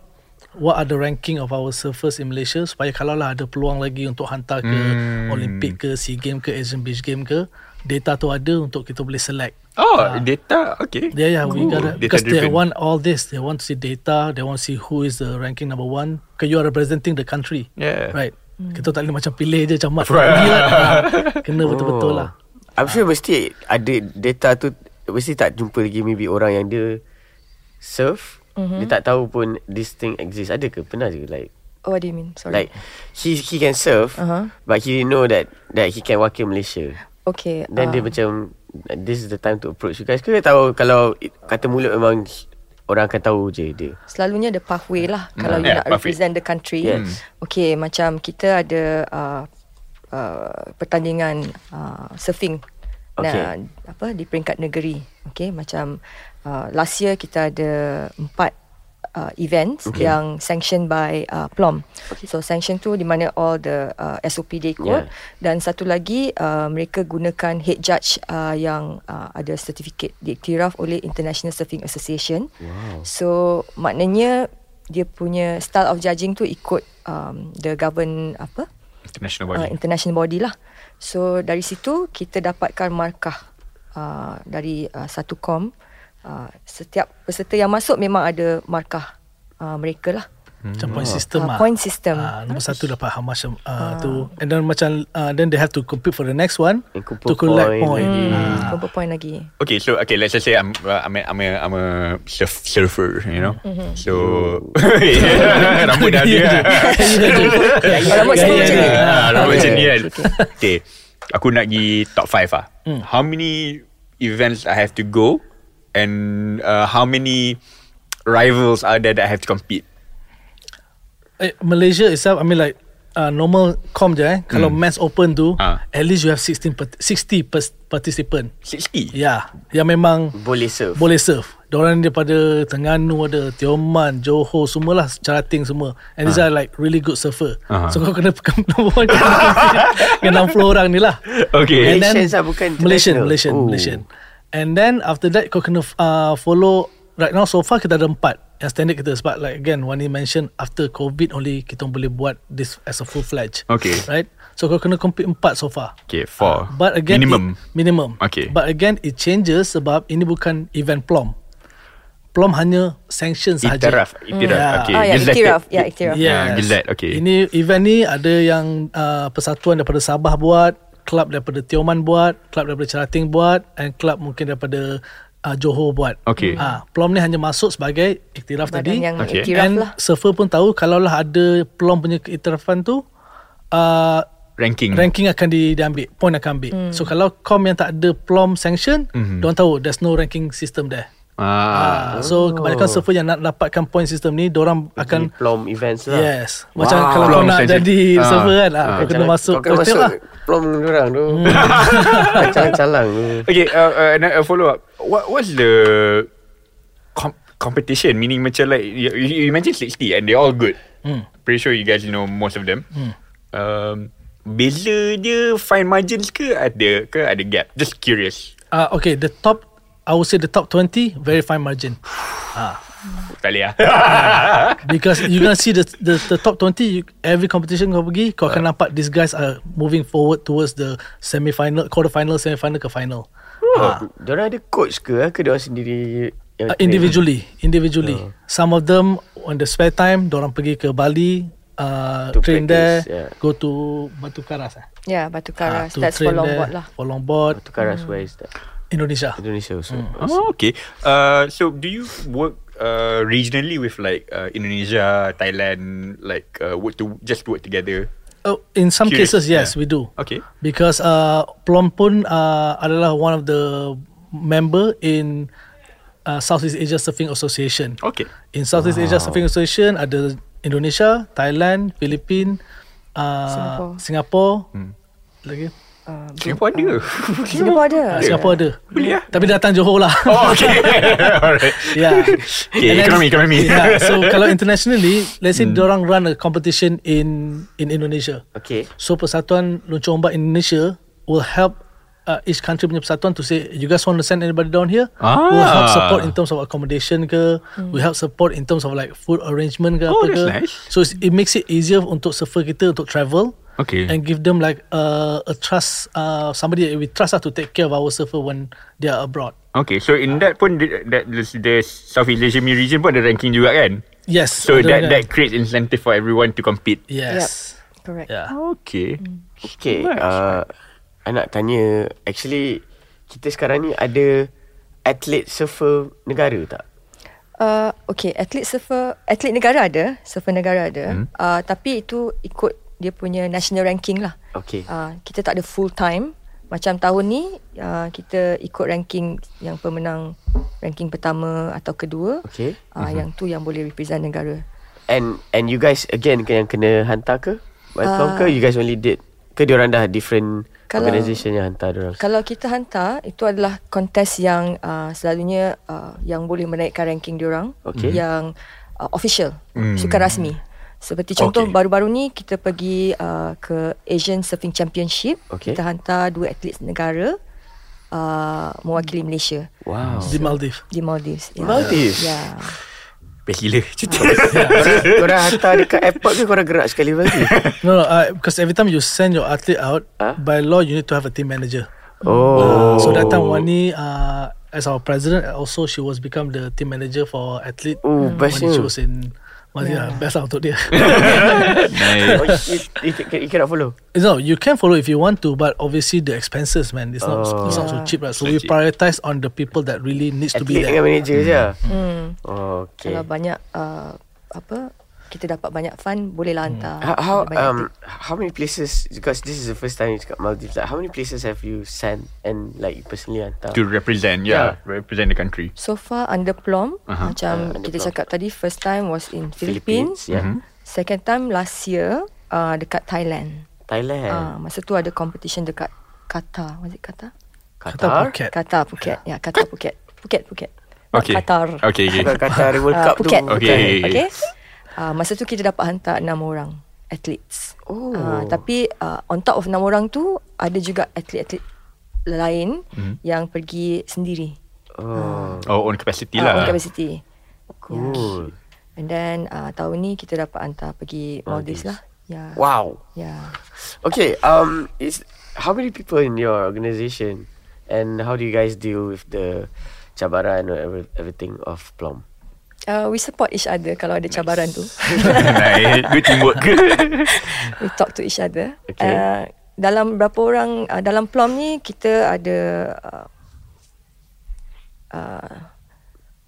C: what are the ranking of our surfers in Malaysia supaya kalau lah ada peluang lagi untuk hantar ke
B: Hmm.
C: Olympic ke SEA Games ke Asian Beach Game ke data tu ada untuk kita boleh select.
B: Oh, data. Okay.
C: Ah. Yeah, yeah, we
B: Cool.
C: gotta
B: Data
C: because they
B: driven.
C: want all this. They want to see data. They want to see who is the ranking number one. Because you are representing the country,
B: Yeah.
C: right? Kita tak boleh macam pilih je macam mat.
B: Right.
C: Pergi lah. Ah, Kena betul-betul lah.
A: I'm sure mesti ada data tu mesti tak jumpa lagi maybe orang yang dia serve
C: Mhm.
A: mm-hmm. dia tak tahu pun this thing exist ada ke pernah je like
D: Oh, what do you mean? Sorry.
A: like he he can serve
D: Uh-huh.
A: but he didn't know that that he can wakil Malaysia.
D: okay.
A: Then
D: uh,
C: Ah.
A: dia macam This is the time to approach you guys Ke dia tahu Kalau it- Kata mulut memang Orang akan tahu je dia
D: selalunya ada pathway lah kalau you
B: Yeah,
D: nak
B: pathway.
D: represent the country.
A: Yes.
D: Okay, macam kita ada uh, uh, pertandingan uh, surfing. Nah,
A: Okay.
D: apa di peringkat negeri. Okay, macam uh, last year kita ada empat uh, events okay. yang sanctioned by uh, PLOM. Okay. So sanction tu di mana all the uh, SOP they ikut
A: Yeah.
D: dan satu lagi uh, mereka gunakan head judge uh, yang uh, ada sertifikat diiktiraf oleh International Surfing Association.
A: Wow.
D: So maknanya dia punya style of judging tu ikut um, the govern apa
B: International
D: uh,
B: body.
D: international body lah. So dari situ kita dapatkan markah uh, dari uh, satu kom. Uh, setiap peserta yang masuk memang ada markah uh, mereka lah.
C: Macam point
D: Ah,
C: system lah.
D: point system. Ah.
C: Ah, nombor satu dapat how much uh, tu. And then macam, uh, then they have to compete for the next one
A: And
C: to
A: kumpul
C: collect
A: point
C: point. Ah.
A: lagi.
D: Hmm. Berapa point lagi?
B: Okay, so okay, let's just say I'm uh, I'm a, I'm a, I'm a surf, surfer, you know.
C: Mm-hmm.
B: So rambut dah
C: Ya,
B: dia.
D: Ya, Rambut semua macam ni.
B: Ah, Rambut
D: Okay.
B: macam ni kan.
D: Okay, okay.
B: Okay, aku nak pergi top 5 ah.
C: Hmm.
B: How many events I have to go and uh, how many rivals are there that I have to compete?
C: Eh, Malaysia itself, I mean like uh, normal com je eh. Kalau mass open tu,
B: Hmm. Ah.
C: at least you have 16 part- 60 pers- participant.
B: 60.
C: Yeah, yang memang
A: Boleh serve.
C: boleh serve. Diorang daripada Terengganu ada, Tioman, Johor, semualah Carating semua. And these are like really good surfer.
B: Ah.
C: So kau kena nombor one kena compete dengan 60 orang ni lah.
B: Okay.
C: And then-
A: Malaysians lah, bukan
C: Malaysian,
A: international.
C: Malaysian,
A: Oh.
C: Malaysian. And then after that kau kena uh, follow right now so far kita ada empat yang standard kita sebab like again Wani mention after COVID only kita boleh buat this as a full fledged.
B: Okay.
C: Right? So kau kena compete empat so far.
B: Okay, four.
C: Ah, But again
B: minimum.
C: it, minimum.
B: Okay.
C: But again it changes sebab ini bukan event plom. Plom hanya sanction sahaja.
B: Iktiraf, iktiraf.
C: Yeah.
B: Okay.
D: Ah, ya,
B: gazetted.
D: iktiraf. Ya, iktiraf.
B: Ah, Gazette, okay.
C: Ini event ni ada yang uh, persatuan daripada Sabah buat, klub daripada Tioman buat, klub daripada Cerating buat and klub mungkin daripada uh, Johor buat.
B: Okay.
C: Ah, Plom ni hanya masuk sebagai iktiraf
D: Badan
C: tadi.
D: yang
B: Okay.
D: iktiraf
C: and
D: lah.
C: surfer pun tahu kalaulah ada Plom punya keiktirafan tu uh,
B: Ranking.
C: ranking akan di, diambil, point akan ambil.
A: Hmm.
C: So kalau com yang tak ada Plom sanction, mm tahu there's no ranking system there.
B: Ah.
C: Ah,
A: Oh.
C: so kebanyakan surfer yang nak dapatkan point system ni, orang
A: Akan
C: akan
A: plom events lah.
C: Yes Macam
A: Wow.
C: kalau kau
B: Plum
C: nak
B: saja.
C: jadi
B: Ah.
C: server kan ah, Kau
A: Macam
C: kena
A: nak-
C: masuk
A: Kau kena
C: hotel
A: masuk
C: lah
A: Plom orang tu Calang-calang tu
B: Okay, uh, uh, and a follow up. What what's the com- competition? Meaning macam like you, you you mentioned 60 and they're all good. Pretty sure you guys know most of them. Um, beza dia fine margins ke ada ke ada gap? Just curious.
C: Ah, Okay the top I would say the top 20 Very fine margin
B: Tak boleh lah.
C: Because you gonna see the, the the top 20 you, Every competition kau pergi Kau akan nampak These guys are moving forward Towards the semi final Quarter final Semi final ke final
A: Ha,
C: Ah.
A: Diorang ada coach ke eh? Ke diorang sendiri yang
C: Uh,
A: train?
C: individually,
A: eh.
C: individually.
A: Ah.
C: Some of them on the spare time, orang pergi ke Bali, uh,
A: To
C: train
A: practice,
C: there,
A: yeah.
C: go to Batu Karas. Eh?
D: Ya, Batu
C: Ah,
D: Karas.
C: to
D: That's for
C: train
D: longboard
C: there,
D: lah.
C: For longboard,
A: Tukaras where is that
C: Indonesia.
A: Indonesia also
B: oh, okay. Uh, so do you work uh, regionally with like uh, Indonesia, Thailand, like uh, work to just work together?
C: Oh, in some
B: Curious,
C: cases, yes,
B: yeah.
C: we do.
B: Okay.
C: Because uh, Plom pun uh, adalah one of the member in uh, Southeast Asia Surfing Association.
B: Okay.
C: In Southeast Asia Surfing Association ada Indonesia, Thailand, Philippine, uh,
D: Singapore.
C: Singapore.
B: Hmm.
C: Lagi?
D: Uh,
B: Singapore ada.
D: Singapore ada.
C: Ah, Singapore ada.
B: Boleh lah.
C: Tapi datang Johor lah.
B: Oh, okay. Alright.
C: yeah.
B: Okay,
C: And then-
B: economy, economy.
C: Yeah. So kalau internationally, let's say orang run a competition in in Indonesia.
A: Okay
C: So Persatuan Luncur Ombak Indonesia will help uh, each country punya persatuan to say you guys want to send anybody down here?
B: Ah.
C: We'll help support in terms of accommodation ke, we help support in terms of like food arrangement ke
B: Oh,
C: apa
B: that's
C: ke.
B: nice.
C: So it's, it makes it easier untuk surfer kita untuk travel.
B: Okay.
C: And give them like uh, a trust uh, somebody that we trust lah to take care of our surfer when they are abroad.
B: Okay, so in that pun the- that the, the Southeast Asia punya region pun ada ranking juga kan?
C: Yes.
B: So
C: ada
B: that
C: kan?
B: that creates incentive for everyone to compete.
C: Yes.
D: Correct.
C: Yeah.
B: Okay.
A: Okay uh, I nak tanya Actually Kita sekarang ni ada Atlet surfer negara tak
D: Uh, okay, atlet surfer, atlet negara ada, surfer negara ada. Hmm. Uh, tapi itu ikut dia punya national ranking lah.
A: Okay
D: Uh, kita tak ada full time. Macam tahun ni uh, kita ikut ranking yang pemenang ranking pertama atau kedua.
A: Okay
D: Uh, mm-hmm. Yang tu yang boleh represent negara.
A: And and you guys again ke- Yang kena hantar ke Welcome ke You guys only did Ke diorang dah different
D: Ah. Kalau-
A: Organisation yang hantar diorang
D: Kalau kita hantar itu adalah kontes yang uh, selalunya uh, yang boleh menaikkan ranking diorang
A: Okey. Hmm.
D: yang uh, official mm. sukan rasmi. Seperti contoh
B: Okey.
D: baru-baru ni kita pergi uh, ke Asian Surfing Championship.
A: Okey.
D: Kita hantar dua atlet negara uh, mewakili Malaysia
A: Wow
C: Di Maldives.
D: di Maldives. Ya.
A: Maldives?
D: Ya.
B: Best gila. Cuti.
A: korang, korang hantar dekat airport ke Korang gerak sekali lagi
C: No, no. Uh, because every time you send your athlete out,
A: Huh?
C: by law you need to have a team manager.
A: Oh.
C: So that time Wani uh, as our president and also she was become the team manager for athlete.
A: Oh, bestnya.
C: Wani she was in Wani yeah. best lah untuk dia.
B: Nice.
A: Oh, you, you, you cannot follow.
C: no, you can follow if you want to, but obviously the expenses, man, it's not it's not so
D: Yeah.
C: cheap, right? So
B: So
C: we
B: cheap.
C: prioritize on the people that really needs to be
A: Athlete
C: there.
A: dengan manager je. lah.
D: Hmm.
A: Oh,
D: Okay.
A: okay.
D: Kalau banyak uh, apa kita dapat banyak fund bolehlah hantar.
A: Hmm. How, how
D: ada banyak
A: um how many places because this is the first time you got Maldives like, how many places have you sent and like you personally hantar
B: To represent, yeah, represent the country.
D: So far under Plom uh-huh.
A: Ah, under
D: macam uh, kita
A: Plom. ya.
D: cakap tadi first time was in Philippines,
A: yeah
C: Mm-hmm.
D: second time last year uh, dekat Thailand.
A: Thailand
D: Uh, masa tu ada competition dekat Qatar. Was it Qatar?
A: Qatar
C: Phuket.
D: Qatar Phuket. Ya, yeah, Qatar Phuket. Phuket Phuket. Not
B: Okay.
D: Qatar.
B: Okay, okay.
A: Qatar, Qatar World
D: Ah,
A: Cup tu
D: Phuket.
B: Okay.
D: Okay. Uh, masa tu kita dapat hantar enam orang athletes.
A: Oh.
D: Ah, tapi uh, on top of enam orang tu ada juga atlet-atlet lain mm. yang pergi sendiri.
A: Mm-hmm. oh
B: Oh, own capacity
D: Ah,
B: lah.
D: on capacity.
A: cool
D: And then uh, tahun ni kita dapat hantar pergi Maldives lah. Ya. Yeah.
A: wow
D: Yeah.
A: okay um is how many people in your organization and how do you guys deal with the cabaran or every, everything of Plum
D: Uh, we support each other kalau ada cabaran tu.
B: nice. Good teamwork.
D: we talk to each other.
A: Okay.
D: Uh, dalam berapa orang uh, dalam plom ni kita ada uh, uh,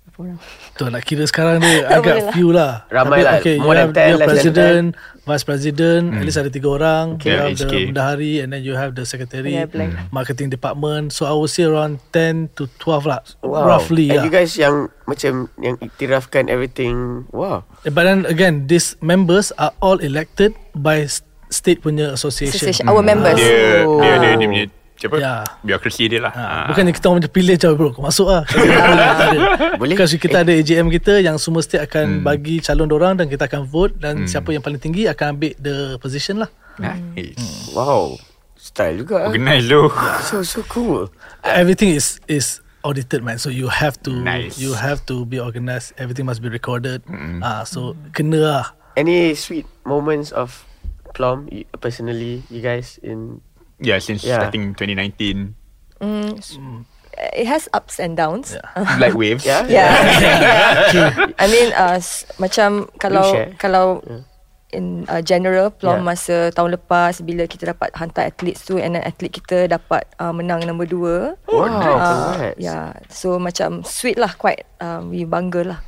D: berapa orang?
C: Tu nak kira sekarang ni
D: Tak boleh
C: agak
D: lah.
C: few lah.
A: Ramai lah.
C: Okay, you
A: More than
C: have,
A: 10,
C: you have
A: less than Hmm.
C: president, vice president, at least ada tiga orang.
B: Okay.
C: You have
B: HK.
C: the bendahari and then you have the secretary,
D: Yeah, blank.
A: Hmm.
C: marketing department. So I would say around 10 to 12 lah. Roughly
A: and
C: lah.
A: you guys yang macam yang iktirafkan everything wow
C: But then again, these members are all elected by s- state punya association. Hmm.
D: Association, our members. Ah.
B: dia, dia, dia, dia punya, siapa?
C: Yeah.
B: Biokrasi dia lah.
A: Ah.
C: Ha, bukan kita orang macam pilih je bro kau masuk lah
A: Boleh. Eh,
C: boleh Because kita ada AGM kita yang semua state
A: Hmm.
C: akan bagi calon orang dan kita akan vote dan siapa yang paling tinggi akan ambil the position lah Hmm.
B: Nice.
A: wow style juga ah.
B: Organize tu.
A: so so cool
C: everything is is audited man so you have to
B: Nice.
C: you have to be organised everything must be recorded ah so kena lah
A: Any sweet moments of Plum you- personally, you guys in
B: Yeah, since
A: Yeah.
B: starting 2019.
D: Mm, s- it has ups and downs. Yeah.
B: Black Waves.
A: yeah
D: Yeah. I mean uh, s- macam kalau
A: share?
D: kalau in uh, general
A: Yeah.
D: plom masa tahun lepas bila kita dapat hantar athletes tu and then athlete kita dapat uh, menang nombor dua.
A: Wow,
D: Uh,
A: congrats.
D: yeah. So macam sweet lah quite um, we bangga lah.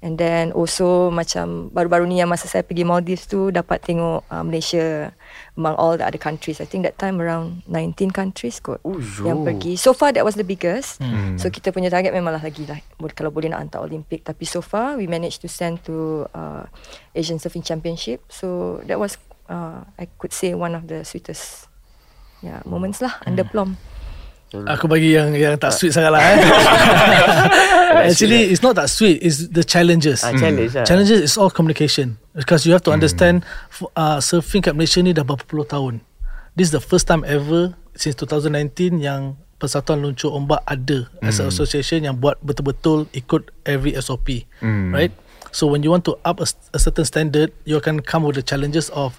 D: And then also macam baru-baru ni yang masa saya pergi Maldives tu dapat tengok uh, Malaysia among all the other countries. I think that time around 19 countries kot
A: Oh, yo.
D: yang
A: Hmm.
D: pergi. So far that was the biggest. So kita punya target memanglah lagi lah bo- kalau boleh nak hantar Olympic tapi so far we managed to send to uh, Asian Surfing Championship. So that was uh, I could say one of the sweetest yeah moments lah under
A: Hmm.
D: Plom.
C: Aku bagi yang yang tak sweet sangat lah eh. Actually it's not that sweet It's the challenges
A: Ah, challenge lah.
C: Challenges is all communication Because you have
B: Hmm.
C: to understand f- uh, Surfing kat Malaysia ni dah berapa puluh tahun This is the first time ever Since 2019 yang Persatuan Luncur Ombak ada As
B: Hmm.
C: an association yang buat betul-betul Ikut every SOP
B: Hmm.
C: Right So when you want to up a, s- a certain standard You can come with the challenges of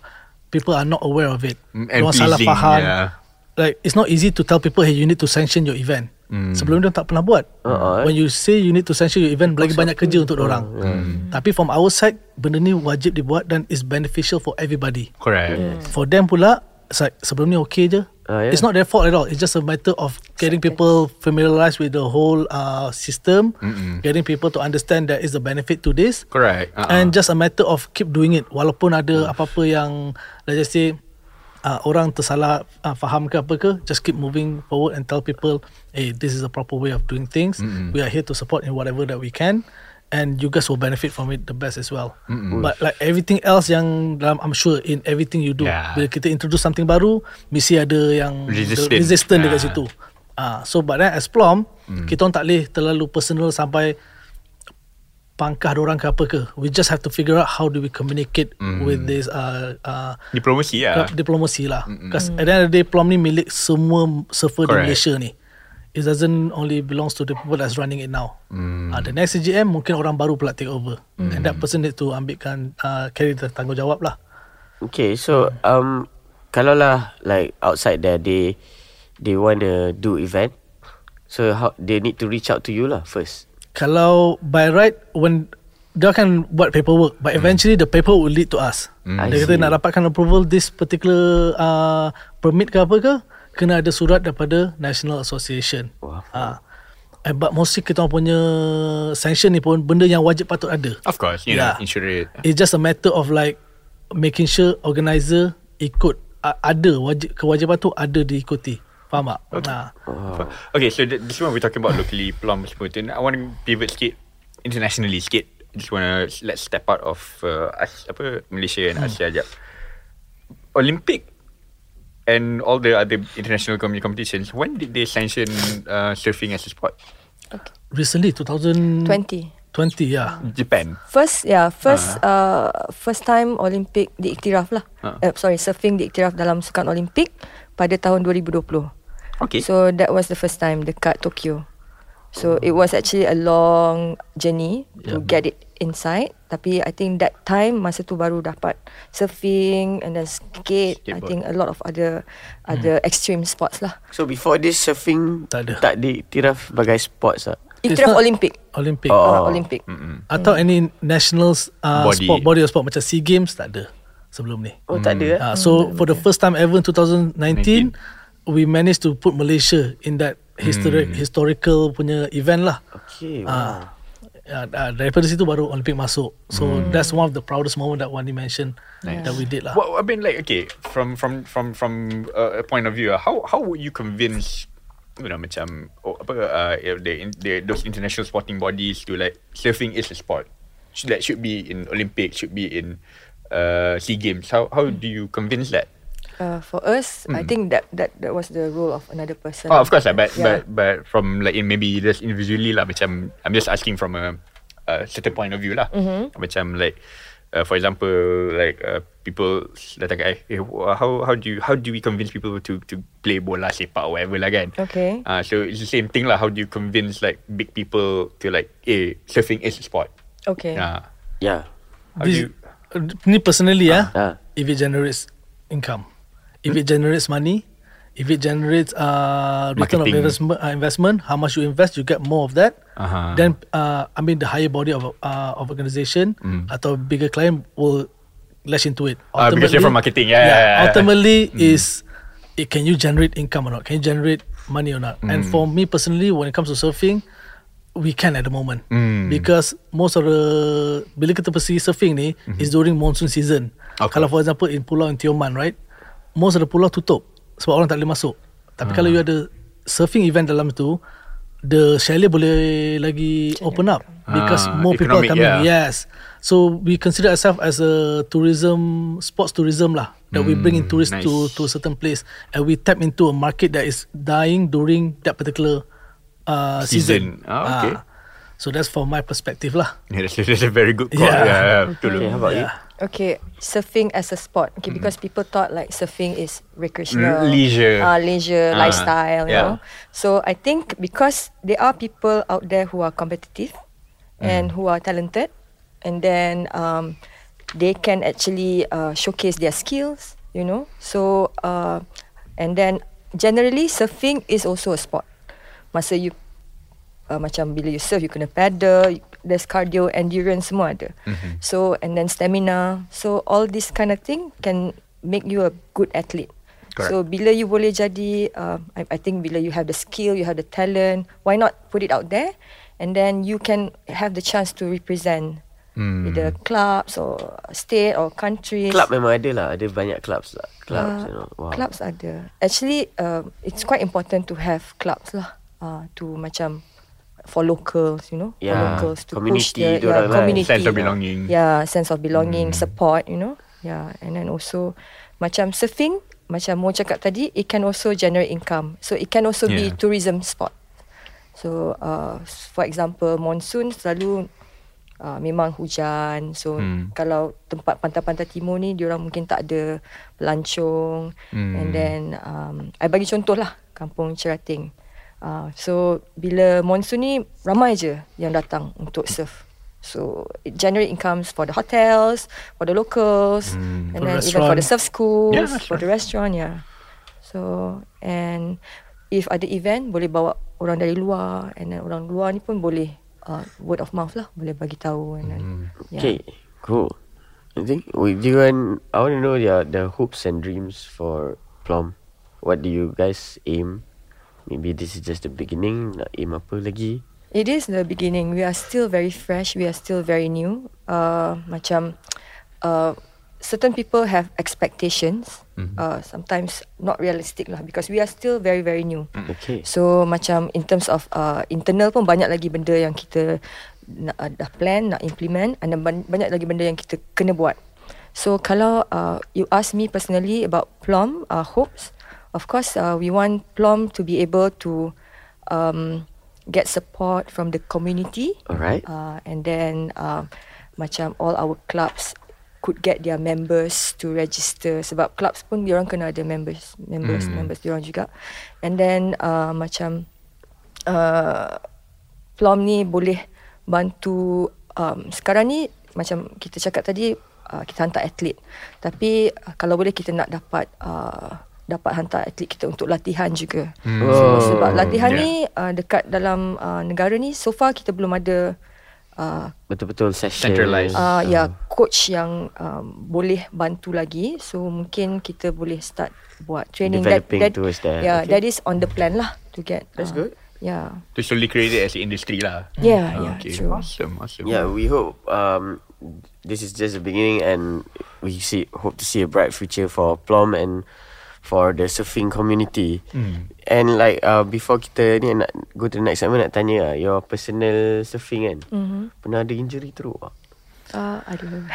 C: People are not aware of it
B: Mm, and
C: Diorang salah
B: pleasing,
C: faham
B: yeah.
C: like it's not easy to tell people hey you need to sanction your event. Mm. Sebelum dia tak pernah buat.
A: Uh-uh, eh. Hmm.
C: When you say you need to sanction your event lagi banyak kerja untuk orang. Mm. Tapi from our side benda ni wajib dibuat dan is beneficial for everybody.
B: Correct.
C: For them pula it's like, sebelum ni okay je.
A: Ah, yeah.
C: It's not their fault at all. It's just a matter of getting people familiarized with the whole uh, system, Mm-mm. getting people to understand there is a benefit to this.
B: Correct. Uh-uh.
C: And just a matter of keep doing it Walaupun ada apa-apa yang Let's just say uh, Orang tersalah uh, Faham ke apa ke Just keep moving forward And tell people Hey this is a proper way of doing things mm-hmm. We are here to support In whatever that we can And you guys will benefit from it The best as well mm-hmm. But like everything else Yang dalam I'm sure In everything you do
B: Yeah.
C: Bila kita introduce something baru Mesti ada yang
B: Resistant.
C: Resistant dekat
B: Ah. Hmm.
C: situ Ah, so but then as plom mm. kita orang tak boleh terlalu personal sampai pangkah orang ke apa ke. We just have to figure out how do we communicate
B: Hmm.
C: mm. with this uh, uh,
B: Diplomasi lah.
C: diplomasi lah. Because at the end of the day, Plum ni milik semua surfer
B: Correct.
C: di Malaysia ni. It doesn't only belongs to the people that's running it now.
B: Hmm.
C: Mm. Uh, the next CGM mungkin orang baru pula take over. Mm. And that person need to ambilkan uh, carry the tanggungjawab lah.
A: Okay, so um, kalau lah like outside there, they they want to do event, so how they need to reach out to you lah first.
C: Kalau by right when dia akan buat paperwork but eventually the paper will lead to us.
A: Hmm. I
C: Dia kata
A: see.
C: nak dapatkan approval this particular uh, permit ke apa ke kena ada surat daripada National Association.
A: Wah.
C: Ah. Uh, but mostly kita orang punya sanction ni pun benda yang wajib patut ada.
B: Of course, you
C: Yeah.
B: know, insurance.
C: It's just a matter of like making sure organizer ikut a- ada wajib kewajipan tu ada diikuti. Faham tak? Ah. Okay. Nah.
B: Oh. Okay, so th- this one we're talking about locally plum semua tu. I want to pivot sikit internationally sikit. Just want to let's step out of uh, As- apa Malaysia and Asia jap. Olympic and all the other international com- competitions. When did they sanction uh, surfing as a sport?
C: Recently 2020
D: 20.
C: yeah.
B: Japan.
D: First, yeah, first uh, first time Olympic diiktiraf lah.
B: Ah.
D: Uh. sorry, surfing diiktiraf dalam sukan Olimpik pada tahun 2020.
B: Okay. So,
D: So that was the first time dekat Tokyo. So it was actually a long journey to get it inside. Tapi I think that time masa tu baru dapat surfing and then skate. I
B: Skateboard. Hmm.
D: think a lot of other other extreme sports lah.
A: So before this surfing
C: Tak ada.
A: tak diiktiraf sebagai sports lah.
C: It's
D: Iktiraf
C: not-
D: Olimpik.
C: Olympic.
A: Oh.
C: Oh.
D: Uh, Olimpik.
C: Atau any nationals
B: Body.
C: uh, body. sport body or sport macam SEA Games tak ada sebelum ni.
A: Oh tak ada. eh?
C: Uh, so for the first time ever in 2019 we managed to put Malaysia in that
B: Hmm.
C: historic historical punya event lah.
A: Okay. wow.
C: Ah, uh, uh, daripada situ baru Olympic masuk. So that's one of the proudest moment that Wani mentioned
B: Hmm. Nice.
C: that we did lah.
B: well, I mean, like, okay, from from from from uh, a point of view, uh, how how would you convince you know, macam oh, apa, uh, you know, the, the those international sporting bodies to like surfing is a sport, should, that should be in Olympics, should be in uh, Sea Games. How how do you convince that?
D: Uh, for us, I think that that that was the role of another person.
B: Mm. Oh, of course, lah, but
D: Yeah.
B: but but from like in maybe just individually lah, macam I'm just asking from a, a certain point of view lah,
D: Mm-hmm.
B: macam like uh, for example like uh, people datang kat I, eh, wh- how how do you how do we convince people to to play bola sepak or whatever lah kan?
D: Okay.
B: Uh, so it's the same thing lah. How do you convince like big people to like eh surfing is a sport?
D: Okay.
B: Yeah.
A: yeah.
B: How do you,
C: This, uh, ni personally ah,
A: Ah.
C: if it generates income, if it generates money, if it generates uh,
B: Marketing.
C: return of investment, uh, investment, how much you invest, you get more of that.
B: Aha.
C: Then uh, I mean the higher body of uh, of organization atau bigger client will lash into it.
B: Mm. Ah, because you're from marketing, yeah, yeah, yeah, yeah.
C: Ultimately
B: Hmm.
C: is it can you generate income or not? Can you generate money or not? And
B: Hmm.
C: for me personally, when it comes to surfing, we can at the moment
B: Hmm.
C: because most of the bila kita pergi surfing ni is during monsoon season.
B: Hmm. Okay.
C: Kalau for example in pulau in Tioman, right? Most of the pulau tutup sebab orang tak boleh masuk. Tapi
B: Ah.
C: kalau you ada surfing event dalam tu, the chalet boleh lagi open up because
B: Ah,
C: more people are
B: economic,
C: coming.
B: yeah.
C: Yes. So we consider ourselves as a tourism, sports tourism lah. That we bring in tourists
B: Hmm, nice.
C: to to a certain place and we tap into a market that is dying during that particular uh,
B: Season.
C: season.
B: Ah, okay.
C: so that's from my perspective lah.
B: yeah, that's, that's a very good call. Yeah,
C: Yeah.
B: yeah, yeah betul.
A: Okay, how about you?
D: Okay, surfing as a sport. Okay, because people thought like surfing is recreational,
B: Mm-hmm. L- leisure.
D: uh, leisure
B: Ah,
D: lifestyle. You
B: yeah.
D: know, so I think because there are people out there who are competitive
B: Mm.
D: and who are talented, and then um, they can actually uh, showcase their skills. You know, so uh, and then generally surfing is also a sport. Masa you uh, macam bila you surf you kena paddle you- there's cardio endurance semua ada so and then stamina so all this kind of thing can make you a good athlete
B: Correct.
D: so bila you boleh jadi uh, I, I think bila you have the skill you have the talent why not put it out there and then you can have the chance to represent either clubs or state or countries
A: Club memang ada lah. Ada banyak clubs lah. Clubs,
D: Uh,
A: you know. Wow.
D: Clubs ada. Actually, um, it's quite important to have clubs lah. Uh, to macam for locals, you know,
A: Yeah.
D: for locals to push
A: Community
D: the
A: dia orang lah.
D: community,
B: Sense of
D: yeah.
B: belonging. Hmm.
D: Yeah, sense of belonging, support, you know. Yeah, and then also macam surfing, macam Mo cakap tadi, it can also generate income. So it can also
B: Yeah.
D: be tourism spot. So uh, s- for example monsoon selalu uh, memang hujan.
B: Hmm.
D: So hmm. kalau tempat pantai-pantai timur ni diorang mungkin tak ada pelancong
B: Hmm.
D: hmm. and then um I bagi contoh lah kampung Cerating. Uh, so bila monsoon ni ramai je yang datang untuk surf. So it generate incomes for the hotels, for the locals and
C: For
D: then even for the
C: restaurant.
D: surf schools,
B: Yeah,
D: for the restaurant, yeah. So and if ada event boleh bawa orang dari luar and then orang luar ni pun boleh uh, word of mouth lah boleh bagi tahu and then yeah.
A: Okay, cool. I think we do you want, I want to know your the hopes and dreams for Plum. What do you guys aim? Maybe this is just the beginning. Nak aim apa lagi?
D: It is the beginning. We are still very fresh. We are still very new. Uh, macam uh, certain people have expectations. Uh, sometimes not realistic lah because we are still very very new.
A: Okay.
D: So macam in terms of uh, internal pun banyak lagi benda yang kita nak, uh, dah plan nak implement and then ban- banyak lagi benda yang kita kena buat. So kalau uh, you ask me personally about Plum uh, hopes, of course uh, we want Plum to be able to um, get support from the community
A: Alright.
D: uh, and then uh, macam all our clubs could get their members to register sebab clubs pun diorang kena ada members members mm. members diorang juga and then uh, macam uh, Plum ni boleh bantu um, sekarang ni macam kita cakap tadi uh, kita hantar atlet tapi uh, kalau boleh kita nak dapat uh, dapat hantar atlet kita untuk latihan juga hmm.
A: Oh,
D: so, sebab latihan
B: yeah.
D: yeah. ni uh, dekat dalam uh, negara ni so far kita belum ada uh,
A: Betul-betul session.
B: Centralised.
D: uh, ya coach yang um, boleh bantu lagi so mungkin kita boleh start buat training
A: Developing towards that,
D: yeah
A: okay.
D: that is on the plan lah to get ya.
A: That's good.
D: yeah
B: To slowly create it as an industry lah.
D: Yeah, yeah,
B: okay.
D: true.
B: Awesome, awesome.
A: Yeah, we hope um, this is just the beginning, and we see hope to see a bright future for Plum and for the surfing community.
B: Hmm.
A: And like uh, before kita ni nak go to the next segment nak tanya uh, your personal surfing kan. Mm-hmm. Pernah ada injury Oh, teruk? tak?
D: uh, I don't know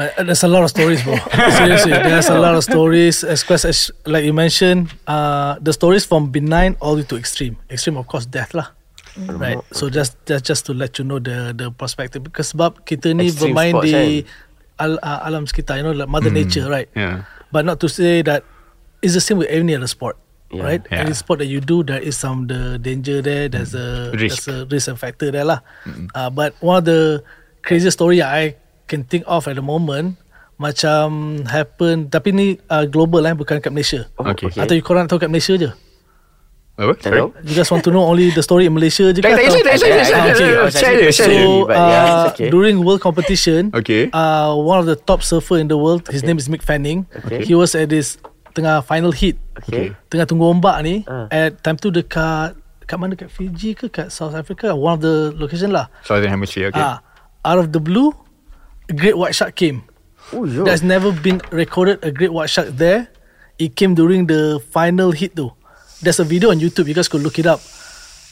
C: Uh, there's a lot of stories, bro. Seriously, there's a lot of stories. As well as like you mentioned, uh, the stories from benign all the way to extreme. Extreme, of course, death lah.
A: Mm.
C: Right. So just just just to let you know the the perspective because sebab kita ni
A: Extreme
C: bermain
A: sports,
C: di al, uh, alam sekitar, you know, like mother nature, right?
B: Mm. Yeah.
C: But not to say that it's the same with any other sport.
A: Yeah.
C: Right,
B: Yeah.
C: any sport that you do, there is some the danger there. There's a
B: Risk.
C: there's a risk and factor there lah. Uh, but one of the craziest story I can think of at the moment, macam happen. Tapi ni uh, global lah, bukan kat Malaysia.
B: Okay.
A: okay.
C: Atau you korang nak tahu kat Malaysia je.
B: Apa? Sorry?
A: Hello?
C: You guys want to know only the story in Malaysia je?
B: Tak, tak
C: ke atau-
B: kisah, tak kisah, tak kisah.
C: Okay,
B: Tak kisah. Share dia, share
C: So
B: dia.
A: Sorry, but yeah, it's
C: uh,
A: okay.
C: during world competition,
B: Okay.
C: uh, one of the top surfer in the world, his name is Mick Fanning.
A: Okay.
C: He was at this tengah final hit,
A: Okay.
C: tengah tunggu ombak ni.
A: Ah.
C: At time tu dekat kat mana kat Fiji ke kat South Africa, one of the location lah.
B: Southern Hemisphere, okay.
C: Ah, out of the blue, a great white shark came.
B: Uh,
A: Oh, yo.
C: There's never been recorded a great white shark there. It came during the final hit tu. There's a video on YouTube. You guys could look it up.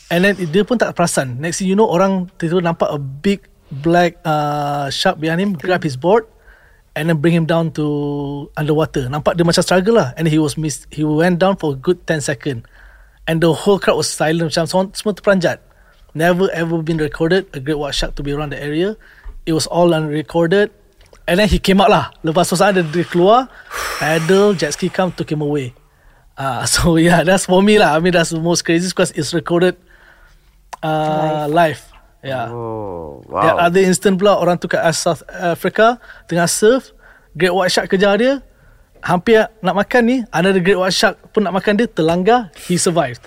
C: And then dia pun tak perasan. Next thing you know, orang tiba-tiba nampak a big black uh, shark behind him, grab his board, and then bring him down to underwater. Nampak dia macam struggle lah. And he was missed. He went down for a good 10 second. And the whole crowd was silent. Macam semua, semua terperanjat. Never ever been recorded a great white shark to be around the area. It was all unrecorded. And then he came out lah. Lepas suasana dia, dia keluar, paddle, jet ski come, took him away. Ah, so yeah, that's for me lah. I mean, that's the most crazy because it's recorded uh, live. Yeah.
A: Oh,
C: There
A: wow.
C: are other instant pula orang tu kat uh, South Africa tengah surf, great white shark kejar dia. Hampir nak makan ni, another great white shark pun nak makan dia terlanggar, he survived.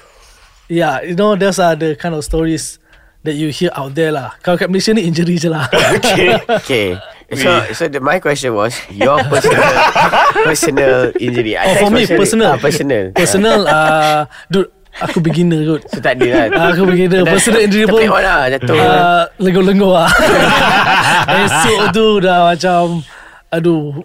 C: Yeah, you know those are the kind of stories that you hear out there lah. Kalau kat Malaysia ni injury je lah.
B: Okay.
A: Okay. So, so the, my question was your personal personal injury. I
C: Oh,
A: think
C: for me personal.
A: Ah, personal. Ah.
C: Personal uh, dude, aku beginner kot.
A: So, tak ada lah.
C: Ah, aku beginner. Personal injury pun-
A: Terpelik orang lah, jatuh.
B: Eh.
C: Uh, lengo-lengo lah Esok tu dah macam Aduh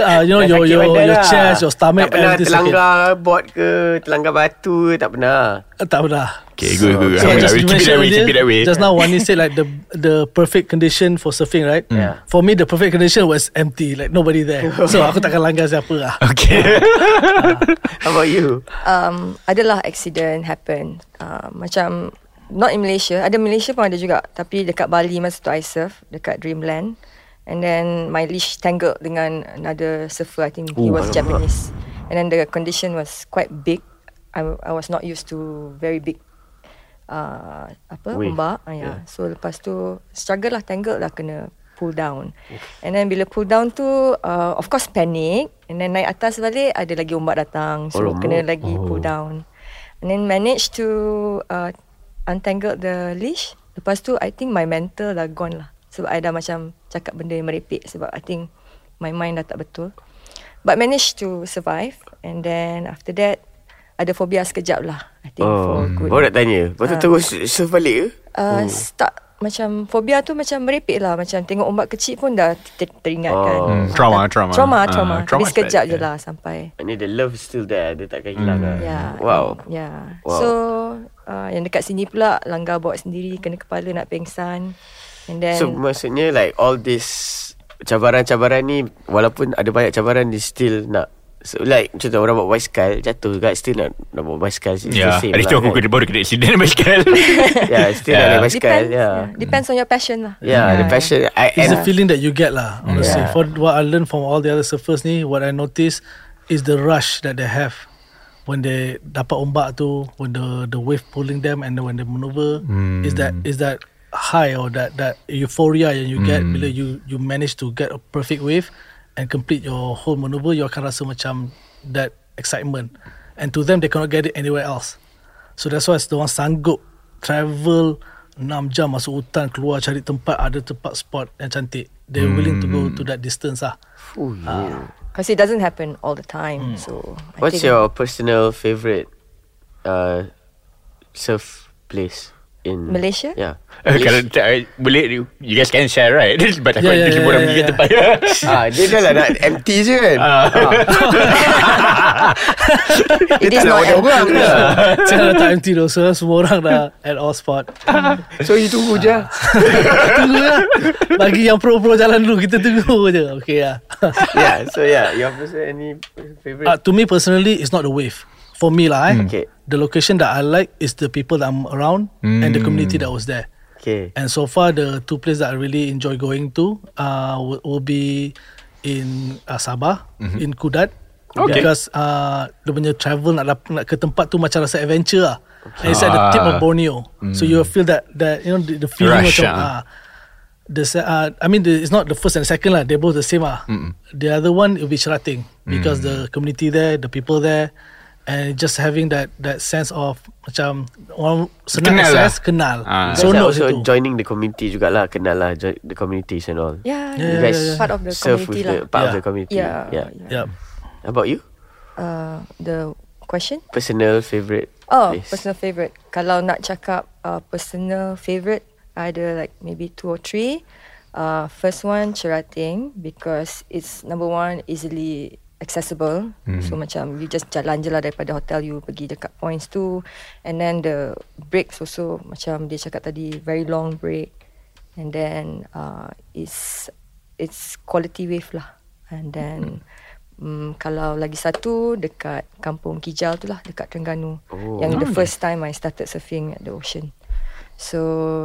C: uh, You know
A: Dah
C: your,
A: sakit
C: your,
A: badan
C: your
A: lah.
C: chest Your stomach
A: Tak pernah
C: everything sakit.
A: terlanggar board ke Terlanggar batu ke Tak pernah
C: Uh, Tak pernah
B: Okay, good, good, good.
C: So
B: Alhamdulillah,
C: just
B: we
C: to
B: keep it that
C: mention
B: way, keep it that way.
C: earlier, Just now Wani said like the the perfect condition for surfing right
A: Yeah.
C: For me the perfect condition was empty Like nobody there So aku takkan langgar siapa lah
B: Okay.
A: Ah, How about you?
D: um, adalah accident happen. Uh, macam not in Malaysia, ada Malaysia pun ada juga. Tapi dekat Bali masa tu I surf dekat Dreamland. And then my leash tangled dengan another surfer. Oh, I think he was Japanese. And then the condition was quite big. I, I was not used to very big uh, apa
A: Wave.
D: ombak. Ah, yeah. So lepas tu struggle lah tangled lah kena pull down. And then bila pull down tu uh, of course panic and then naik atas balik ada lagi ombak datang. So
A: Alamak. Oh.
D: kena lagi pull down. And then managed to uh, untangle the leash. Lepas tu I think my mental dah gone lah. Sebab I dah macam cakap benda yang merepek sebab I think my mind dah tak betul. But managed to survive and then after that ada phobia sekejap lah. I think
A: Oh,
D: for good.
A: baru nak tanya. Lepas tu
D: Ah.
A: terus serve balik ke?
D: Uh, tak macam fobia tu macam merepek lah macam tengok ombak kecil pun dah ter- teringat kan
A: Oh.
D: Ah,
B: Hmm, trauma,
D: tak-
B: trauma.
D: trauma
B: Ah,
D: trauma
B: trauma
D: tapi
B: is
D: sekejap
B: bad,
D: je
B: yeah.
D: lah sampai
A: Ini the love is still there. Dia takkan hilang lah.
D: ya
A: Wow.
D: ya
A: Wow.
D: so uh, yang dekat sini pula langgar bawa sendiri kena kepala nak pengsan and then
A: So maksudnya like all this cabaran-cabaran ni walaupun ada banyak cabaran dia still nak so, like macam tu orang bawa basikal jatuh juga still nak nak bawa basikal still
B: Ya,
A: same
B: hari
A: lah,
B: tu aku
A: kan?
B: kena baru kena accident basikal.
A: yeah still
B: Yeah.
A: nak naik basikal
D: depends
A: yeah
D: yeah, depends on your passion lah
A: yeah the passion I,
C: It's
A: and
C: the feeling that you get lah, honestly.
A: Yeah.
C: For what I learned from all the other surfers ni, what I notice is the rush that they have when they dapat ombak tu, when the the wave pulling them and then when they maneuver, is that is that high or that that euphoria yang you get bila you you manage to get a perfect wave and complete your whole maneuver, you akan rasa macam that excitement. And to them, they cannot get it anywhere else. So that's why orang sanggup travel 6 jam masuk hutan keluar cari tempat ada tempat spot yang cantik. They're willing to go to that distance lah.
A: oh,
D: Ah,
A: yeah.
D: because it doesn't happen all the time so I
A: what's
D: think
A: your personal favorite uh surf place in
D: Malaysia?
A: yeah
B: Eh, Kalau tak, eh, boleh you guys can share right But aku yeah,
C: Yeah, yeah,
B: yeah,
C: yeah,
B: orang pergi
C: yeah, yeah.
B: yeah. tempat
A: ah dia dah lah nak empty je kan
B: Ah.
A: dia
D: It is
A: tak nak
D: not
A: order orang
D: empty.
A: lah.
C: Saya dah tak empty doh. So semua orang dah at all spot.
A: so you tunggu je
C: tunggu lah. Bagi yang pro-pro jalan dulu. Kita tunggu je. Okay lah.
A: yeah so yeah your personal any favorite
C: uh, to me personally, it's not the wave. For me lah eh.
A: Okay.
C: The location that I like is the people that I'm around and the community that was there.
A: okay
C: And so far, the two places that I really enjoy going to uh, will, will be in uh, Sabah, in Kudat.
B: Mm-hmm. Okay.
C: Because uh, dia punya travel nak, dap- nak ke tempat tu macam rasa adventure lah. And it's at the tip of
B: Ah.
C: Borneo. So you will feel that, that you know, the, the feeling
B: Rush,
C: macam...
B: ah.
C: Uh, the, se- uh, I mean, the, it's not the first and second lah. They're both the same lah. The other one will be Cherating
B: Mm.
C: because the community there, the people there, and just having that that sense of macam orang senang
B: Kenal lah.
C: access, kenal.
B: Ah.
A: So
C: Seronok
A: also
C: situ.
A: joining the community jugalah Kenal lah join the communities and all
D: yeah,
C: Yeah,
A: You
D: yeah,
A: guys
D: part of the
A: serve
D: community
A: with
D: lah
A: the Part of
C: Yeah.
A: the community
D: yeah,
A: yeah.
D: yeah.
C: Yep.
A: How about you?
D: Uh, the question
A: Personal favourite
D: Oh,
A: place
D: personal favourite. Kalau nak cakap uh, personal favourite, I ada like maybe two or three. Uh, first one, Cerating because it's number one easily accessible. So macam you just jalan je lah daripada hotel you pergi dekat points tu. And then the breaks also macam dia cakap tadi very long break. And then uh, it's it's quality wave lah. And then mm, kalau lagi satu dekat kampung Kijal tu lah dekat Terengganu.
A: Oh.
D: Yang the first time I started surfing at the ocean. So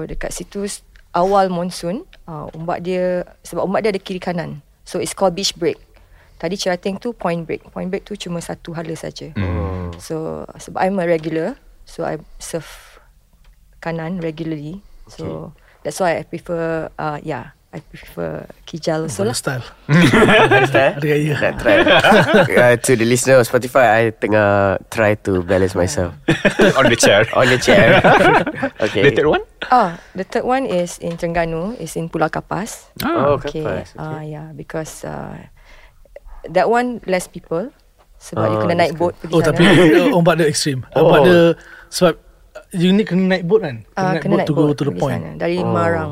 D: dekat situ s- awal monsoon, uh, ombak dia sebab ombak dia ada kiri kanan. So it's called beach break. Tadi Cerating tu point break. Point break tu cuma satu hala saja. Mm. So sebab I'm a regular, so I surf kanan regularly. So that's why I prefer uh, yeah, I prefer Kijal also lah.
C: Style.
A: Understand?
C: Ada gaya.
A: Nak eh? try uh, To the listener of Spotify I tengah try to balance myself
B: On the chair
A: On the chair
B: okay. The
A: Okay
B: third one
D: Ah, the third one is in Terengganu, is in Pulau Kapas.
A: Oh
D: okay.
A: kapas okay.
D: Uh, yeah, because uh, that one less people. Sebab you
A: Ah,
D: kena
A: that's
D: naik boat pergi
C: Oh
D: sana. Ah,
C: tapi uh, ombak dia extreme.
A: Oh.
C: Ombak dia sebab you need kena naik boat kan?
D: Ah,
C: naik boat to go to the
D: pergi
C: point.
D: sana. Dari
A: Oh.
D: Marang.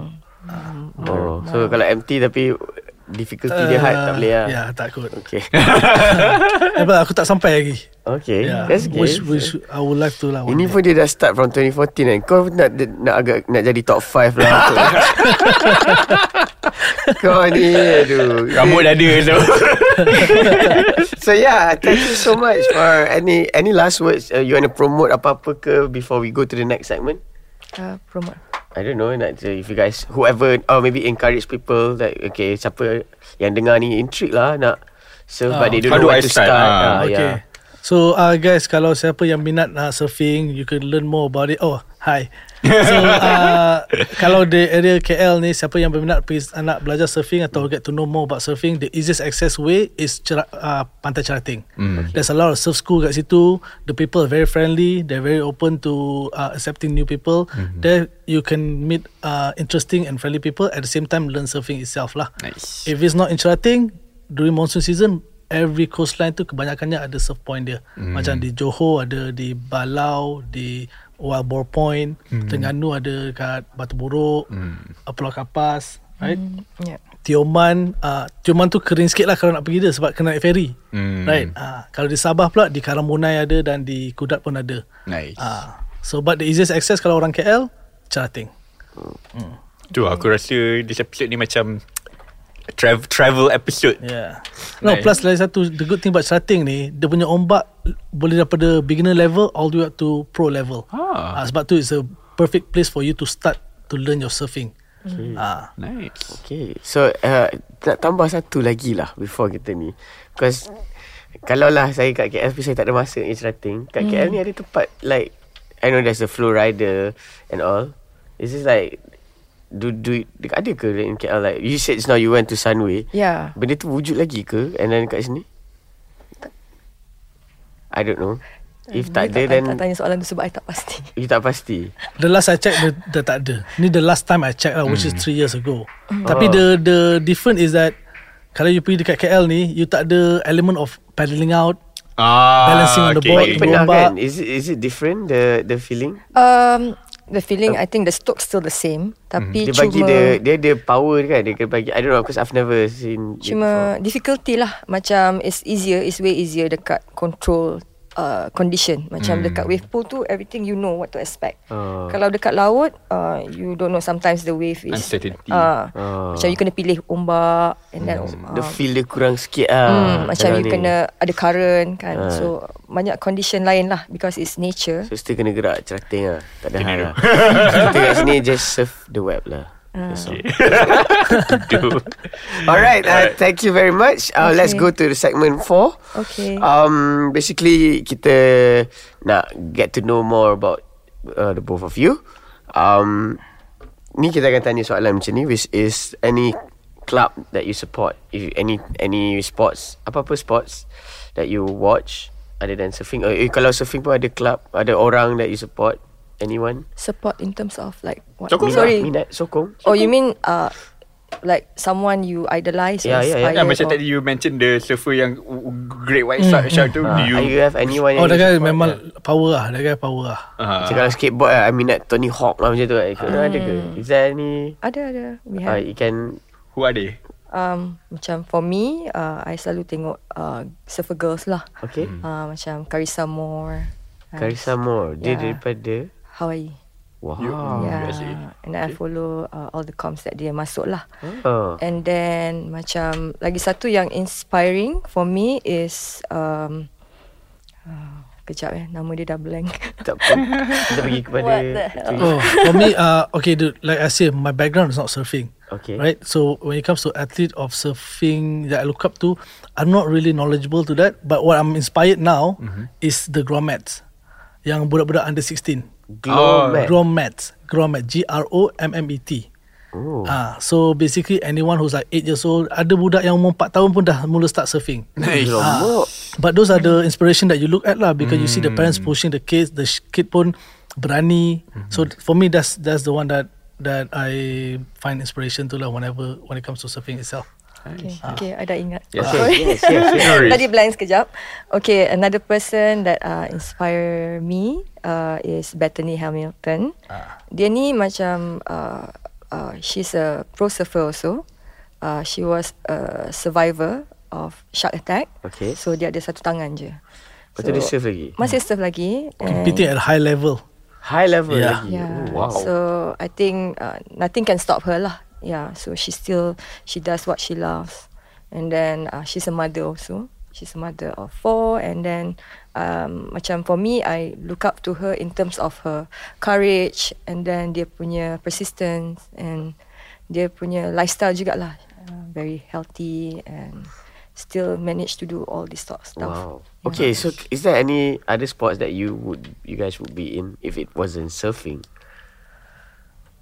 A: Oh So kalau empty tapi Difficulty dia hard Tak boleh lah
C: Ya, tak kot.
A: Okay
C: Eh, but aku tak sampai lagi.
A: Okay Eh,
C: Yeah.
A: That's good
C: Which, which I would like to lah. one
A: Oh, Ini
C: day.
A: pun dia dah start from 2014 kan. Kau nak nak agak nak jadi top 5 lah. Kau ni aduh.
B: Rambut dah ada so.
A: So yeah, thank you so much for any any last words uh, you want to promote apa-apa ke before we go to the next segment?
D: Uh, promote.
A: I don't know nak if you guys whoever or maybe encourage people that okay siapa yang dengar ni intrigue lah nak serve
C: Ah,
A: but they don't
B: how
A: know
B: do
A: where
B: I
A: to start.
B: start? Ah,
A: Ah, yeah.
C: So uh, guys kalau siapa yang minat uh, surfing You can learn more about it Oh Hi. So uh, kalau di area KL ni siapa yang berminat pergi nak belajar surfing atau get to know more about surfing, the easiest access way is cera- uh, pantai Cerating. Mm. There's a lot of surf school kat situ. The people are very friendly. They're very open to uh, accepting new people. Mm-hmm. There you can meet uh, interesting and friendly people at the same time learn surfing itself lah.
B: Nice.
C: If it's not in Cerating, during monsoon season, every coastline tu kebanyakannya ada surf point dia. Mm. Macam di Johor ada di Balau, di Wild Boar Point, mm. Terengganu ada dekat Batu Buruk, mm. Pulau Kapas, right? Mm.
D: Yeah.
C: Tioman, uh, Tioman tu kering sikit lah kalau nak pergi dia sebab kena naik ferry.
B: Mm.
C: Right? Uh, kalau di Sabah pula, di Karamunai ada dan di Kudat pun ada.
B: Nice.
C: Uh, so but the easiest access kalau orang KL, Cerating.
B: Tu aku rasa this episode ni macam travel travel episode.
C: Yeah. No,
B: Like-
C: plus lagi satu the good thing about starting ni, dia punya ombak boleh daripada beginner level all the way up to pro level.
B: Ah.
C: Ah, sebab tu it's a perfect place for you to start to learn your surfing. Ah.
B: Nice.
A: Okay So uh, Nak tambah satu lagi lah Before kita ni Because Kalau lah saya kat KL Tapi saya tak ada masa It's nothing Kat KL
D: Hmm.
A: ni ada tempat Like I know there's a flow rider And all It's just like Do, do it, Ada ke in KL like You said just now You went to Sunway
D: Yeah.
A: Benda tu wujud lagi ke And then kat sini I don't know If tak ada
D: Eh, Dia
A: then
D: tak tanya soalan tu sebab I tak pasti.
A: You tak pasti
C: The last I check dia, dia tak ada. Ni the last time I check lah which is 3 years ago. Tapi the the different is that kalau you pergi dekat KL ni, you tak ada element of paddling out.
B: Ah,
C: Balancing on the board.
A: But
B: okay.
A: pernah
C: Ombak.
A: kan Is it, is it different The the feeling
D: Um, the feeling, I think the stoke's still the same.
A: Mhm.
D: Tapi
A: Dia bagi
D: cuma...
A: the Dia ada power kan Dia kena bagi I don't know Because I've never seen it
D: Cuma difficulty lah Macam it's easier It's way easier dekat control uh, condition
A: Hmm.
D: Macam dekat wave pool tu Everything you know what to expect
A: Ah.
D: Kalau dekat laut uh, You don't know sometimes the wave is
B: Uncertainty.
D: uh,
A: Ah.
D: Macam you kena pilih ombak And then
A: before.
D: um,
A: Ah. The feel dia kurang sikit
D: Hmm,
A: lah
D: macam
A: sekarang
D: you
A: ni.
D: kena ada current kan
A: Ah.
D: So banyak condition lain lah Because it's nature
A: So still kena gerak Cerating lah Tak ada hal lah Kita kat sini Just surf the web lah
D: Ah.
A: That's all. Alright, uh, thank you very much. Uh, Let's
D: Okay.
A: go to the segment four.
D: Okay.
A: Um, basically, kita nak get to know more about uh, the both of you. Um, ni kita akan tanya soalan macam ni, which is any club that you support, if any any sports, apa-apa sports that you watch other than surfing. Uh, eh, kalau surfing pun ada club, ada orang that you support, anyone?
D: Support in terms of like what?
B: Sokong lah.
D: Sorry
A: Minat, sokong.
D: Oh you mean uh, Like someone you idolize or
A: Yeah, yeah, yeah.
B: Yeah,
D: inspire
B: Kan, macam
D: or-
B: tadi you mention the surfer yang great white shark,
C: Mm,
B: shark tu.
A: Uh,
B: do
A: you,
B: you
A: you have anyone
C: Oh,
A: yang
C: dia
A: you
C: guy
A: support?
C: memang power lah. Dia guy power lah.
B: Ah.
A: Macam kalau skateboard lah I minat Tony Hawk lah macam tu lah hmm.
D: Ah.
A: Ada ke? Is there any
D: Ada ada We
A: yeah. uh,
D: have
A: You can
B: Who are they?
D: um, Macam for me uh, I selalu tengok uh, Surfer girls lah
A: Okay
D: hmm. uh, Macam Carissa Moore uh,
A: Carissa Moore Dia
D: Yeah.
A: daripada
D: Hawaii
A: Wow
B: You-
D: yeah.
B: USA.
D: Ya, And I follow uh, All the comms that dia masuk lah
A: oh.
D: And then Macam Lagi satu yang inspiring For me is um, uh, Kejap eh Nama dia dah blank
A: Tak apa Kita pergi kepada
D: What the hell?
A: tu.
C: Oh, for me, uh, okay, dude, like I say, my background is not surfing.
A: Okay.
C: Right? So when it comes to athlete of surfing that I look up to, I'm not really knowledgeable to that. But what I'm inspired now is the grommets. Yang budak-budak under 16.
A: Glow
C: Oh,
A: Mat
C: Grommets. Grommet. G-R-O-M-M-E-T.
A: Oh.
C: E Ah, so basically anyone who's like 8 years old, ada budak yang umur 4 tahun pun dah mula start surfing.
B: Nice.
A: Glow
C: But those are the inspiration that you look at lah because you see the
A: Hmm.
C: parents pushing the kids, the sh- kid pun berani. So th- for me, that's that's the one that that I find inspiration to lah whenever when it comes to surfing itself.
D: Okay, okay I dah ingat
B: Yes,
A: Ah. yes, yes, yes, yes.
B: No worries.
D: Tadi blank sekejap Okay another person That uh, inspire me uh, Is Bethany Hamilton
A: Ah.
D: Dia ni macam uh, uh, She's a pro surfer also uh, She was a survivor Of shark attack
A: Okay.
D: So dia ada satu tangan je
A: Lepas tu dia surf lagi?
D: Masih surf lagi
A: Oh.
D: and-
C: Competing at a high level.
A: High level
C: Yeah.
A: lagi
D: Yeah.
A: oh, Wow
D: So I think uh, nothing can stop her lah. Yeah. So she still she does what she loves, and then uh, she's a mother also. She's a mother of four, and then um, macam for me, I look up to her in terms of her courage, and then dia punya persistence, and dia punya lifestyle juga lah, uh, very healthy and still manage to do all this sort of stuff.
A: Wow. Okay, so c- is there any other sports that you would you guys would be in if it wasn't surfing?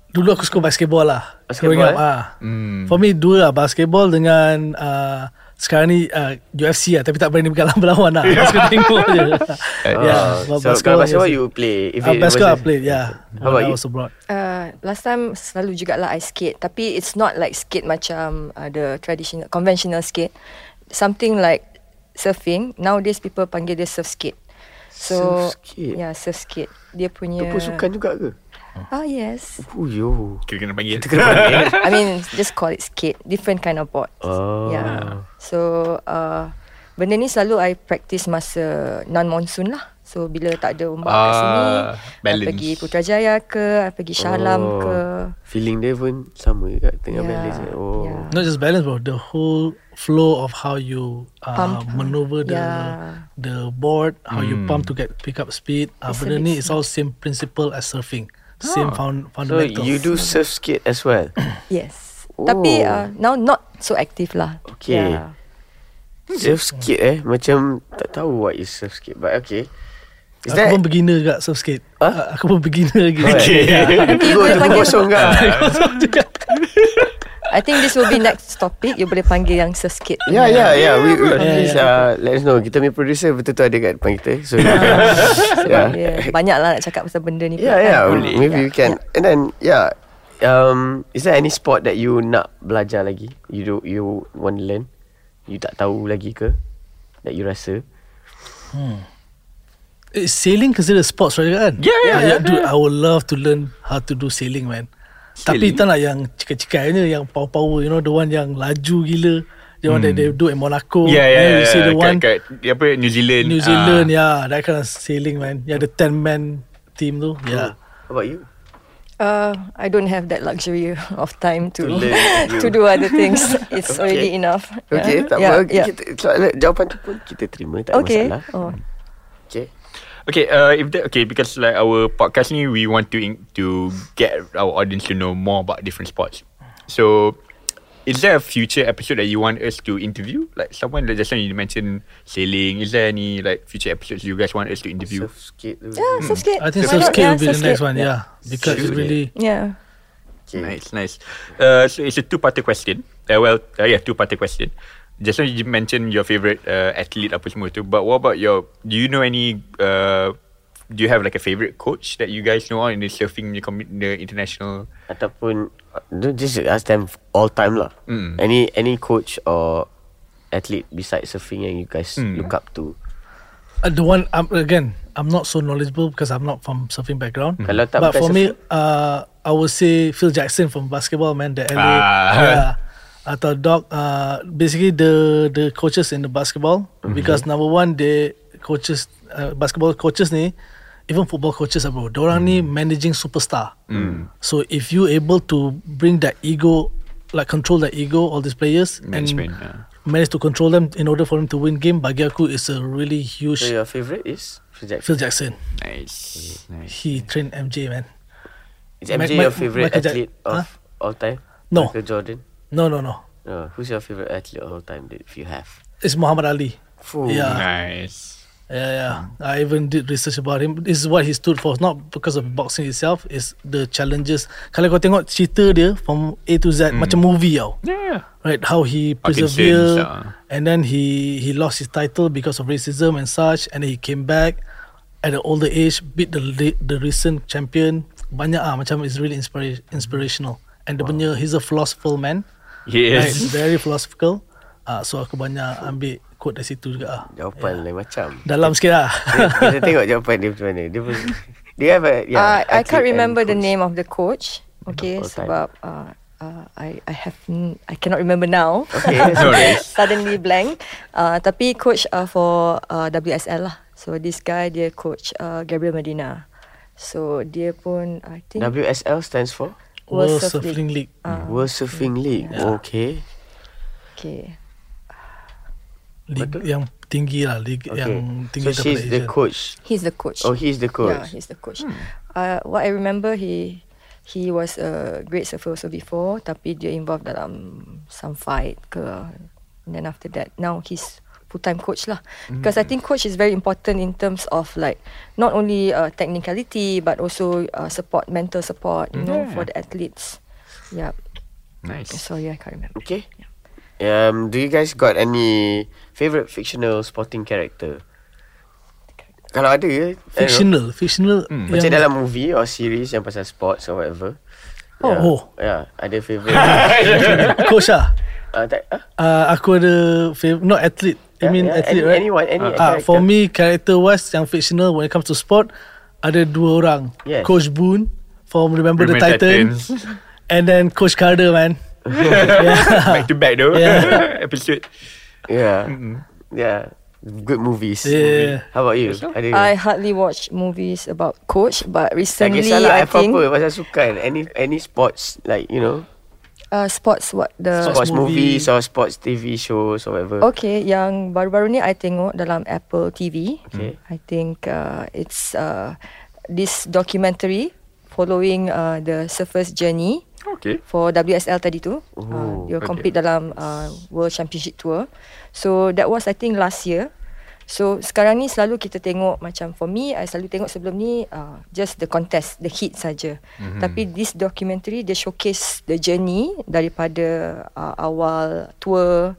C: Dulu aku suka basketball lah.
A: Basketball,
C: Growing up,
A: eh?
C: ah. For me dua lah basketball dengan ah, sekarang ni ah, UFC lah tapi tak berani berlawan-lawan lah. Aku suka tengok je. Ya, yeah,
A: Uh, Ya. so basketball, basketball you play if
C: Uh,
A: it
C: basketball I
A: wasn't-
C: played, yeah.
A: How
C: when
A: about
C: I
A: you?
C: was abroad.
D: Uh, last time selalu jugalah I skate Tapi it's not like skate macam uh, The traditional Conventional skate Something like surfing Nowadays people panggil dia surf skate So
A: Surf skate?
D: Yeah surf skate Dia punya
A: Tu pun sukan juga ke?
D: Oh yes
A: Oh yo.
C: Ah.
B: Kira kena panggil
D: I mean just call it skate Different kind of board
A: Oh.
D: Yeah So uh, Benda ni selalu I practice masa Non-monsoon lah So bila tak ada ombak kat
B: Ah,
D: sini
B: balance.
D: I pergi Putrajaya ke I pergi Shah Alam
A: Oh.
D: ke
A: Feeling dia pun sama juga tengah
D: Yeah,
A: balance. ni. Oh.
D: yeah.
C: Not just balance, but the whole flow of how you uh,
D: Pump.
C: maneuver the
D: Yeah.
C: the board, how you pump
B: Hmm.
C: to get pick up speed. Uh,
D: It's a
C: benda
D: bit
C: ni it's all same principle as surfing.
B: Ah.
C: Same found,
A: So
C: fundamental.
A: you do surf skate as well.
D: Yes. Tapi
A: Oh.
D: uh, now not so active lah.
A: Okay. surf skate eh macam tak tahu what is surf skate but okay. Is
C: aku
A: that
C: pun beginner juga surf skate.
A: Huh?
C: Uh, aku pun beginner lagi.
A: Okay.
D: Nanti
A: Go
D: boleh
A: tu
D: panggil-
A: kosong kan? ke?
D: I think this will be next topic. You boleh panggil yang surf skate.
A: Ya ya ya we we
C: Yeah,
A: please
C: yeah.
A: uh, let us know kita punya producer betul-betul ada kat depan kita. So
D: Sebab dia banyak lah nak cakap pasal benda ni.
A: Yeah,
D: pula
A: yeah.
D: kan.
A: Boleh. Maybe we can. And then, yeah. Um, is there any sport that you nak belajar lagi? You do, you want to learn? You tak tahu lagi ke? That you rasa?
C: Is Eh, sailing considered sports right kan?
B: Yeah, yeah, yeah.
C: Dude, I would love to learn how to do sailing man. Tapi
B: Sailing?
C: tak nak yang cikai-cikainya yang power-power you know the one yang laju gila. The one that they do in Monaco.
B: Hmm. Yeah yeah
C: eh, You know,
B: yeah
C: You see the
B: Kat,
C: one
B: kat Apa New Zealand
C: New
B: ah.
C: Zealand yeah that kind of sailing man. Yeah the 10 man team tu. Yeah.
A: How about you?
D: Uh, I don't have that luxury of time to
A: To learn, you.
D: to do other things. It's
A: Okay.
D: already enough.
A: Okay,
D: yeah.
A: tak
D: yeah,
A: apa.
D: Yeah.
A: Kita, soalan, jawapan tu pun kita terima. Tak ada
D: okay.
A: masalah.
D: Oh.
A: Okay.
B: Okay, uh, if that okay, because like our podcast ni, we want to in- to get our audience to know more about different sports. So, is there a future episode that you want us to interview? Like someone that just now you mentioned sailing. Is there any like future episodes you guys want us to interview?
A: Surf skate dulu.
D: Yeah, surf skate.
C: I
D: Why
C: think surf
D: not?
C: skate
D: Yeah,
C: will be
D: surf
C: the next
D: skate.
C: one. Yeah. Because it's
A: Surf
C: really
D: Yeah.
A: Okay.
B: Nice, nice. Uh, so it's a two-parter question. Uh, well, uh, yeah, two-parter question. Just now you mentioned your favorite uh, athlete apa semua tu. But what about your? Do you know any? Uh, do you have like a favorite coach that you guys know on in the surfing the, commu- the international?
A: Ataupun, don't just ask them all time lah.
B: Mm.
C: Hmm.
A: Any any coach or athlete besides surfing yang you guys
B: Mm.
C: Hmm.
A: look up to.
C: uh, the one um, again I'm not so knowledgeable because I'm not from surfing background.
B: Mm-hmm.
A: Kalau tak
C: but
A: bukan
C: for me
A: surfing.
C: uh, I would say Phil Jackson from basketball man the LA
B: Ah.
C: yeah. atau Doc uh, basically the the coaches in the basketball
B: Mm-hmm.
C: because number one the coaches uh, basketball coaches ni even football coaches lah bro dorang ni
B: Mm-hmm.
C: managing superstar
B: Mm.
C: so if you able to bring that ego like control that ego all these players
B: Management,
C: and
B: yeah.
C: manage to control them in order for them to win game bagi aku is a really huge
A: So your favourite is? Phil Jackson.
C: Phil Jackson.
B: Nice. nice.
C: He trained MJ, man.
A: Is MJ
C: Ma-
A: your
C: Ma-
A: favourite
C: Michael Jack-
A: athlete of all time?
C: No.
A: Michael Jordan?
C: No, no, no.
A: No. Who's your favourite athlete of all time that- if you have?
C: It's Muhammad Ali.
A: Fuh.
C: Yeah.
B: Nice.
C: Yeah, yeah. I even did research about him. This is what he stood for. Not because of boxing itself. It's the challenges. Kalau kau tengok cerita dia from A to Z, macam movie tau.
B: Yeah.
C: Right, how he
B: Parkinson's
C: persevered.
B: lah.
C: And then he, he lost his title because of racism and such. And then he came back at an older age, beat the la- the recent champion. Banyak ah, macam it's really inspira- inspirational. And dia punya, he's a philosophical man. Right,
B: Yes.
C: very philosophical. Ah, so aku banyak ambil quote dari situ juga ah.
A: Jawapan lain macam.
C: Dalam sikit lah.
A: Kita tengok jawapan dia macam mana. Dia pun... Dia have a, yeah,
D: Uh, I
A: athlete
D: can't
A: and
D: remember the
A: coach.
D: name of the coach. Okay,
A: all time.
D: sebab uh, uh, I I have n- I cannot remember now.
A: Okay.
B: No worries.
D: Suddenly blank. Uh, tapi coach uh, for uh, WSL lah. So this guy dia coach uh, Gabriel Medina. So dia pun I think uh,
A: WSL stands for?
C: World Surfing League.
A: World Surfing League. Okay.
D: Okay.
C: League yang tinggi lah. League
A: okay.
C: yang
A: so
C: tinggi
A: she's the
C: Asia.
A: coach.
D: He's the coach.
A: Oh, he's the
D: Yeah,
A: coach. Hmm.
D: he's the coach. Uh, what I remember he he was a great surfer also before tapi dia involved dalam some fight ke And then after that, now he's full-time coach lah.
A: Hmm.
D: Because I think coach is very important in terms of like not only uh, technicality but also uh, support, mental support, you know, for the athletes. Yeah.
B: Nice.
D: Sorry, I can't remember.
A: Okay. Um, do you guys got any favorite fictional sporting character? Kalau ada ya I don't know.
C: Fictional, fictional.
A: Hmm,
C: yang-
A: Macam dalam movie or series yang pasal sports or whatever.
C: Oh.
A: yeah.
C: Oh.
A: Yeah, ada favorite.
C: Coach ah.
A: uh, tak, ah,
C: Uh, aku ada fav- not athlete.
A: Yeah,
C: I mean
A: yeah, any-
C: athlete, right?
A: anyone, any
C: Ah,
A: character.
C: for me, character wise yang fictional when it comes to sport, ada dua orang.
A: Yes.
C: Coach Boone from Remember, the
B: Remember
C: Titans, and then Coach Carter, man.
B: back to back though.
C: Yeah.
B: Episode.
A: yeah. Yeah. Good movies.
C: Yeah.
A: How about you? Ada.
D: I hardly watch movies about coach,
A: tak
D: but recently
A: kisahlah
D: I think
A: apa-apa pasal sukan. Any any sports like you know
D: uh, sports what the
A: sports,
C: movie.
A: movies or sports TV shows or whatever.
D: Okay, yang baru-baru ni I tengok dalam Apple TV.
A: Okay.
D: I think uh, it's uh, this documentary following uh, the surfer's journey
B: Okay.
D: for WSL tadi tu.
A: Oh,
D: Uh, you
B: okay.
D: compete dalam uh, World Championship Tour. So that was I think last year. So sekarang ni selalu kita tengok macam for me I selalu tengok sebelum ni uh, just the contest, the hit saja. Mm-hmm. Tapi this documentary dia showcase the journey daripada uh, awal tour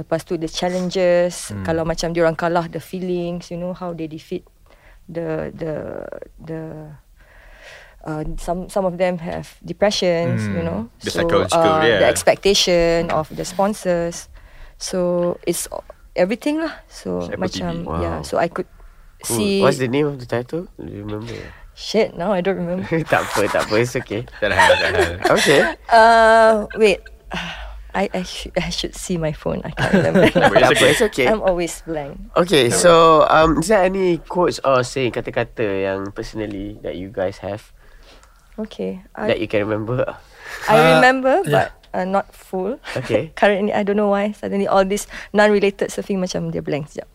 D: lepas tu the challenges mm. kalau macam diorang kalah the feelings you know how they defeat the the the uh, some some of them have depressions, you
B: Mm.
D: know. uh,
B: The psychological, yeah.
D: The expectation of the sponsors. So it's o- everything lah. So
B: It's Apple
D: macam
A: TV.
D: yeah.
A: Wow.
D: So I could
A: Cool.
D: see
A: What's the name of the title? Do you remember?
D: shit. Now I don't remember.
A: tak apa, tak apa. It's okay.
B: Tak ada hal, tak ada hal.
A: Okay.
D: uh, wait. I I, sh- I should see my phone. I can't remember.
A: tak
B: It's
A: apa,
B: okay.
A: it's okay.
D: I'm always blank.
A: Okay, so um, is there any quotes or saying kata-kata yang personally that you guys have
D: Okay.
A: that
D: I
A: you can remember?
D: I remember,
C: yeah.
D: but uh, not full.
A: Okay.
D: currently I don't know why suddenly all this non-related surfing macam dia blank sekejap.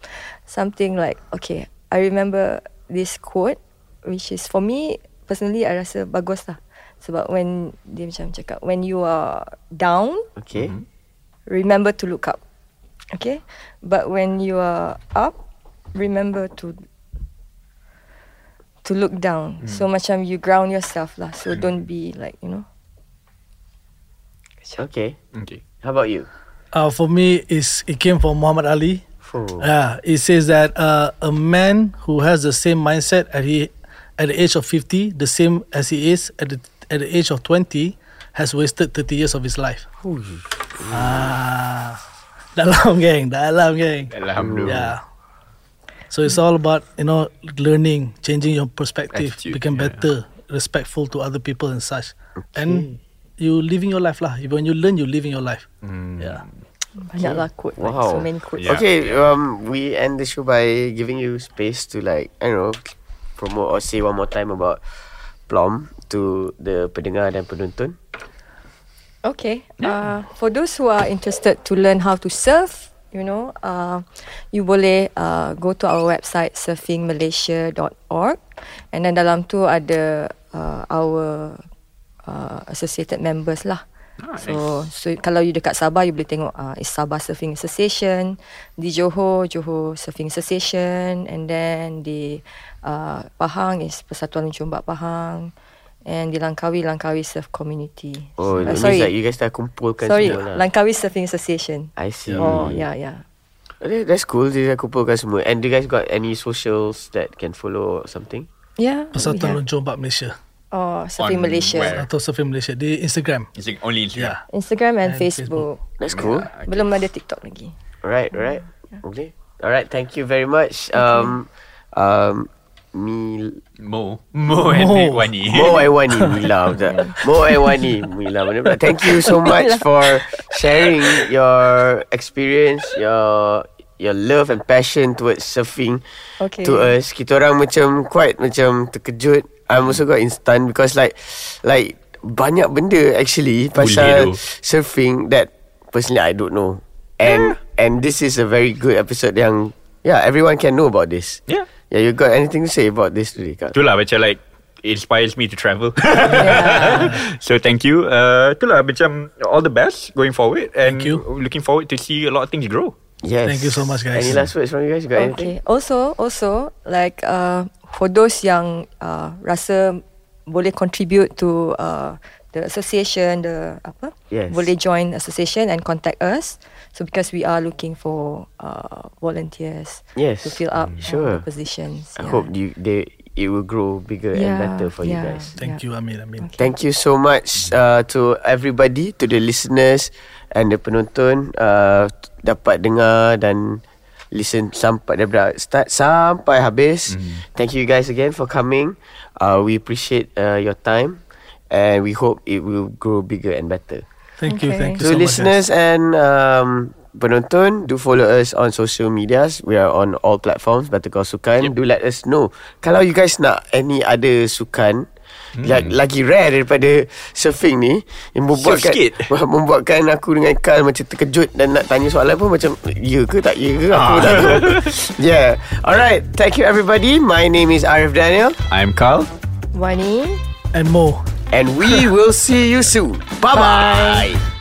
D: Something like okay, I remember this quote which is for me personally I rasa bagus lah. Sebab when dia macam cakap when you are down,
A: Okay.
D: remember to look up. Okay? But when you are up, remember to to look down. So macam you ground yourself lah. So don't be like, you know.
A: Okay.
B: Okay.
A: How about you?
C: Uh, for me, is it came from Muhammad Ali.
A: Oh.
C: Yeah, Ah, it says that uh, a man who has the same mindset at he at the age of fifty, the same as he is at the at the age of twenty, has wasted thirty years of his life. Ah, dalam gang, dalam gang.
B: Alhamdulillah.
C: Yeah. So it's all about you know learning, changing your perspective,
B: Attitude,
C: become
B: yeah.
C: better, respectful to other people and such, and you living your life lah. When you learn, you living your life.
B: Hmm.
C: Yeah.
D: Banyak lah quote. like,
A: Wow.
D: so many quotes.
B: Yeah,
A: okay, um, we end the show by giving you space to like I don't know promote or say one more time about Plom to the pendengar dan penonton.
D: Okay. Uh, for those who are interested to learn how to surf, you know, uh, you boleh uh, go to our website surfingmalaysia.org and then dalam tu ada uh, our uh, associated members lah.
B: Nice.
D: So, so kalau you dekat Sabah, you boleh tengok uh, is Sabah Surfing Association, di Johor, Johor Surfing Association, and then di uh, Pahang is Persatuan Lumba Pahang, and di Langkawi, Langkawi Surf Community.
A: Oh,
D: Uh,
A: it means that
D: sorry,
A: you guys dah kumpulkan
D: sorry,
A: semua lah.
D: Langkawi Surfing Association.
A: I see.
D: Oh, yeah, yeah.
A: Okay, that's cool. Dia dah kumpulkan semua. And do you guys got any socials that can follow or something?
D: Yeah. we
C: Persatuan
D: have-
C: Loncombat Malaysia
D: Oh, Surfing
B: On
D: Malaysia.
B: where?
C: atau Surfing Malaysia di Instagram. Ya,
B: It's like only Instagram.
C: Yeah.
D: Instagram and,
C: And
D: Facebook.
C: Facebook.
A: That's cool.
B: Okay.
D: Belum ada TikTok lagi.
A: Right, right. Okay. All right. Thank you very much. Um, um, Mil-
B: Mo. Mo and
C: Mo.
B: Big Wani.
A: Mo Aiwani Mila. betul. Mo Aiwani Mila. benar pula. Thank you so much for sharing your experience, your your love and passion towards surfing
D: Okay.
A: to us. Kita orang macam quite macam terkejut. I'm also got instant because like like banyak benda actually pasal
B: Boleh tu.
A: surfing that personally I don't know. And and this is a very good episode yang yeah everyone can know about this.
B: Yeah.
A: Yeah, you got anything to say about this today, Kak?
B: Itulah macam like it inspires me to travel.
D: Yeah.
B: so thank you. Uh, itulah macam all the best going forward and
C: Thank you.
B: looking forward to see a lot of things grow.
A: Yes.
C: Thank you so much, guys.
A: Any last words from you guys? You got anything?
D: Okay. Also, also like uh, for those yang uh, rasa boleh contribute to uh, the association, the apa,
A: Yes.
D: boleh join association and contact us. So because we are looking for uh, volunteers
A: Yes.
D: to fill up uh,
A: Sure.
D: the positions.
A: I
D: yeah.
A: hope you they it will grow bigger and
D: Yeah,
A: better for you
D: yeah.
A: guys.
C: Thank you, Amin. Amin.
A: Thank you so much uh, to everybody, to the listeners and the penonton uh, dapat dengar dan listen sampai daripada start sampai habis.
C: Mm-hmm.
A: Mm. Thank you guys again for coming. Uh, we appreciate uh, your time and we hope it will grow bigger and better.
C: Thank you,
D: Okay.
C: thank you
A: To
C: so
A: listeners and um, penonton, do follow us on social medias. We are on all platforms. Batu Kau Sukan. Do let us know. Kalau you guys nak any other sukan,
C: Hmm.
A: Like, lagi rare daripada surfing ni yang membuatkan
B: sikit.
A: membuatkan aku dengan Carl macam terkejut dan nak tanya soalan pun macam ya ke tak ya ke
C: Ah.
A: aku tak tahu yeah alright thank you everybody my name is Arif Daniel
B: I'm Carl.
D: Wani,
C: much. And more.
A: and we will see you soon bye bye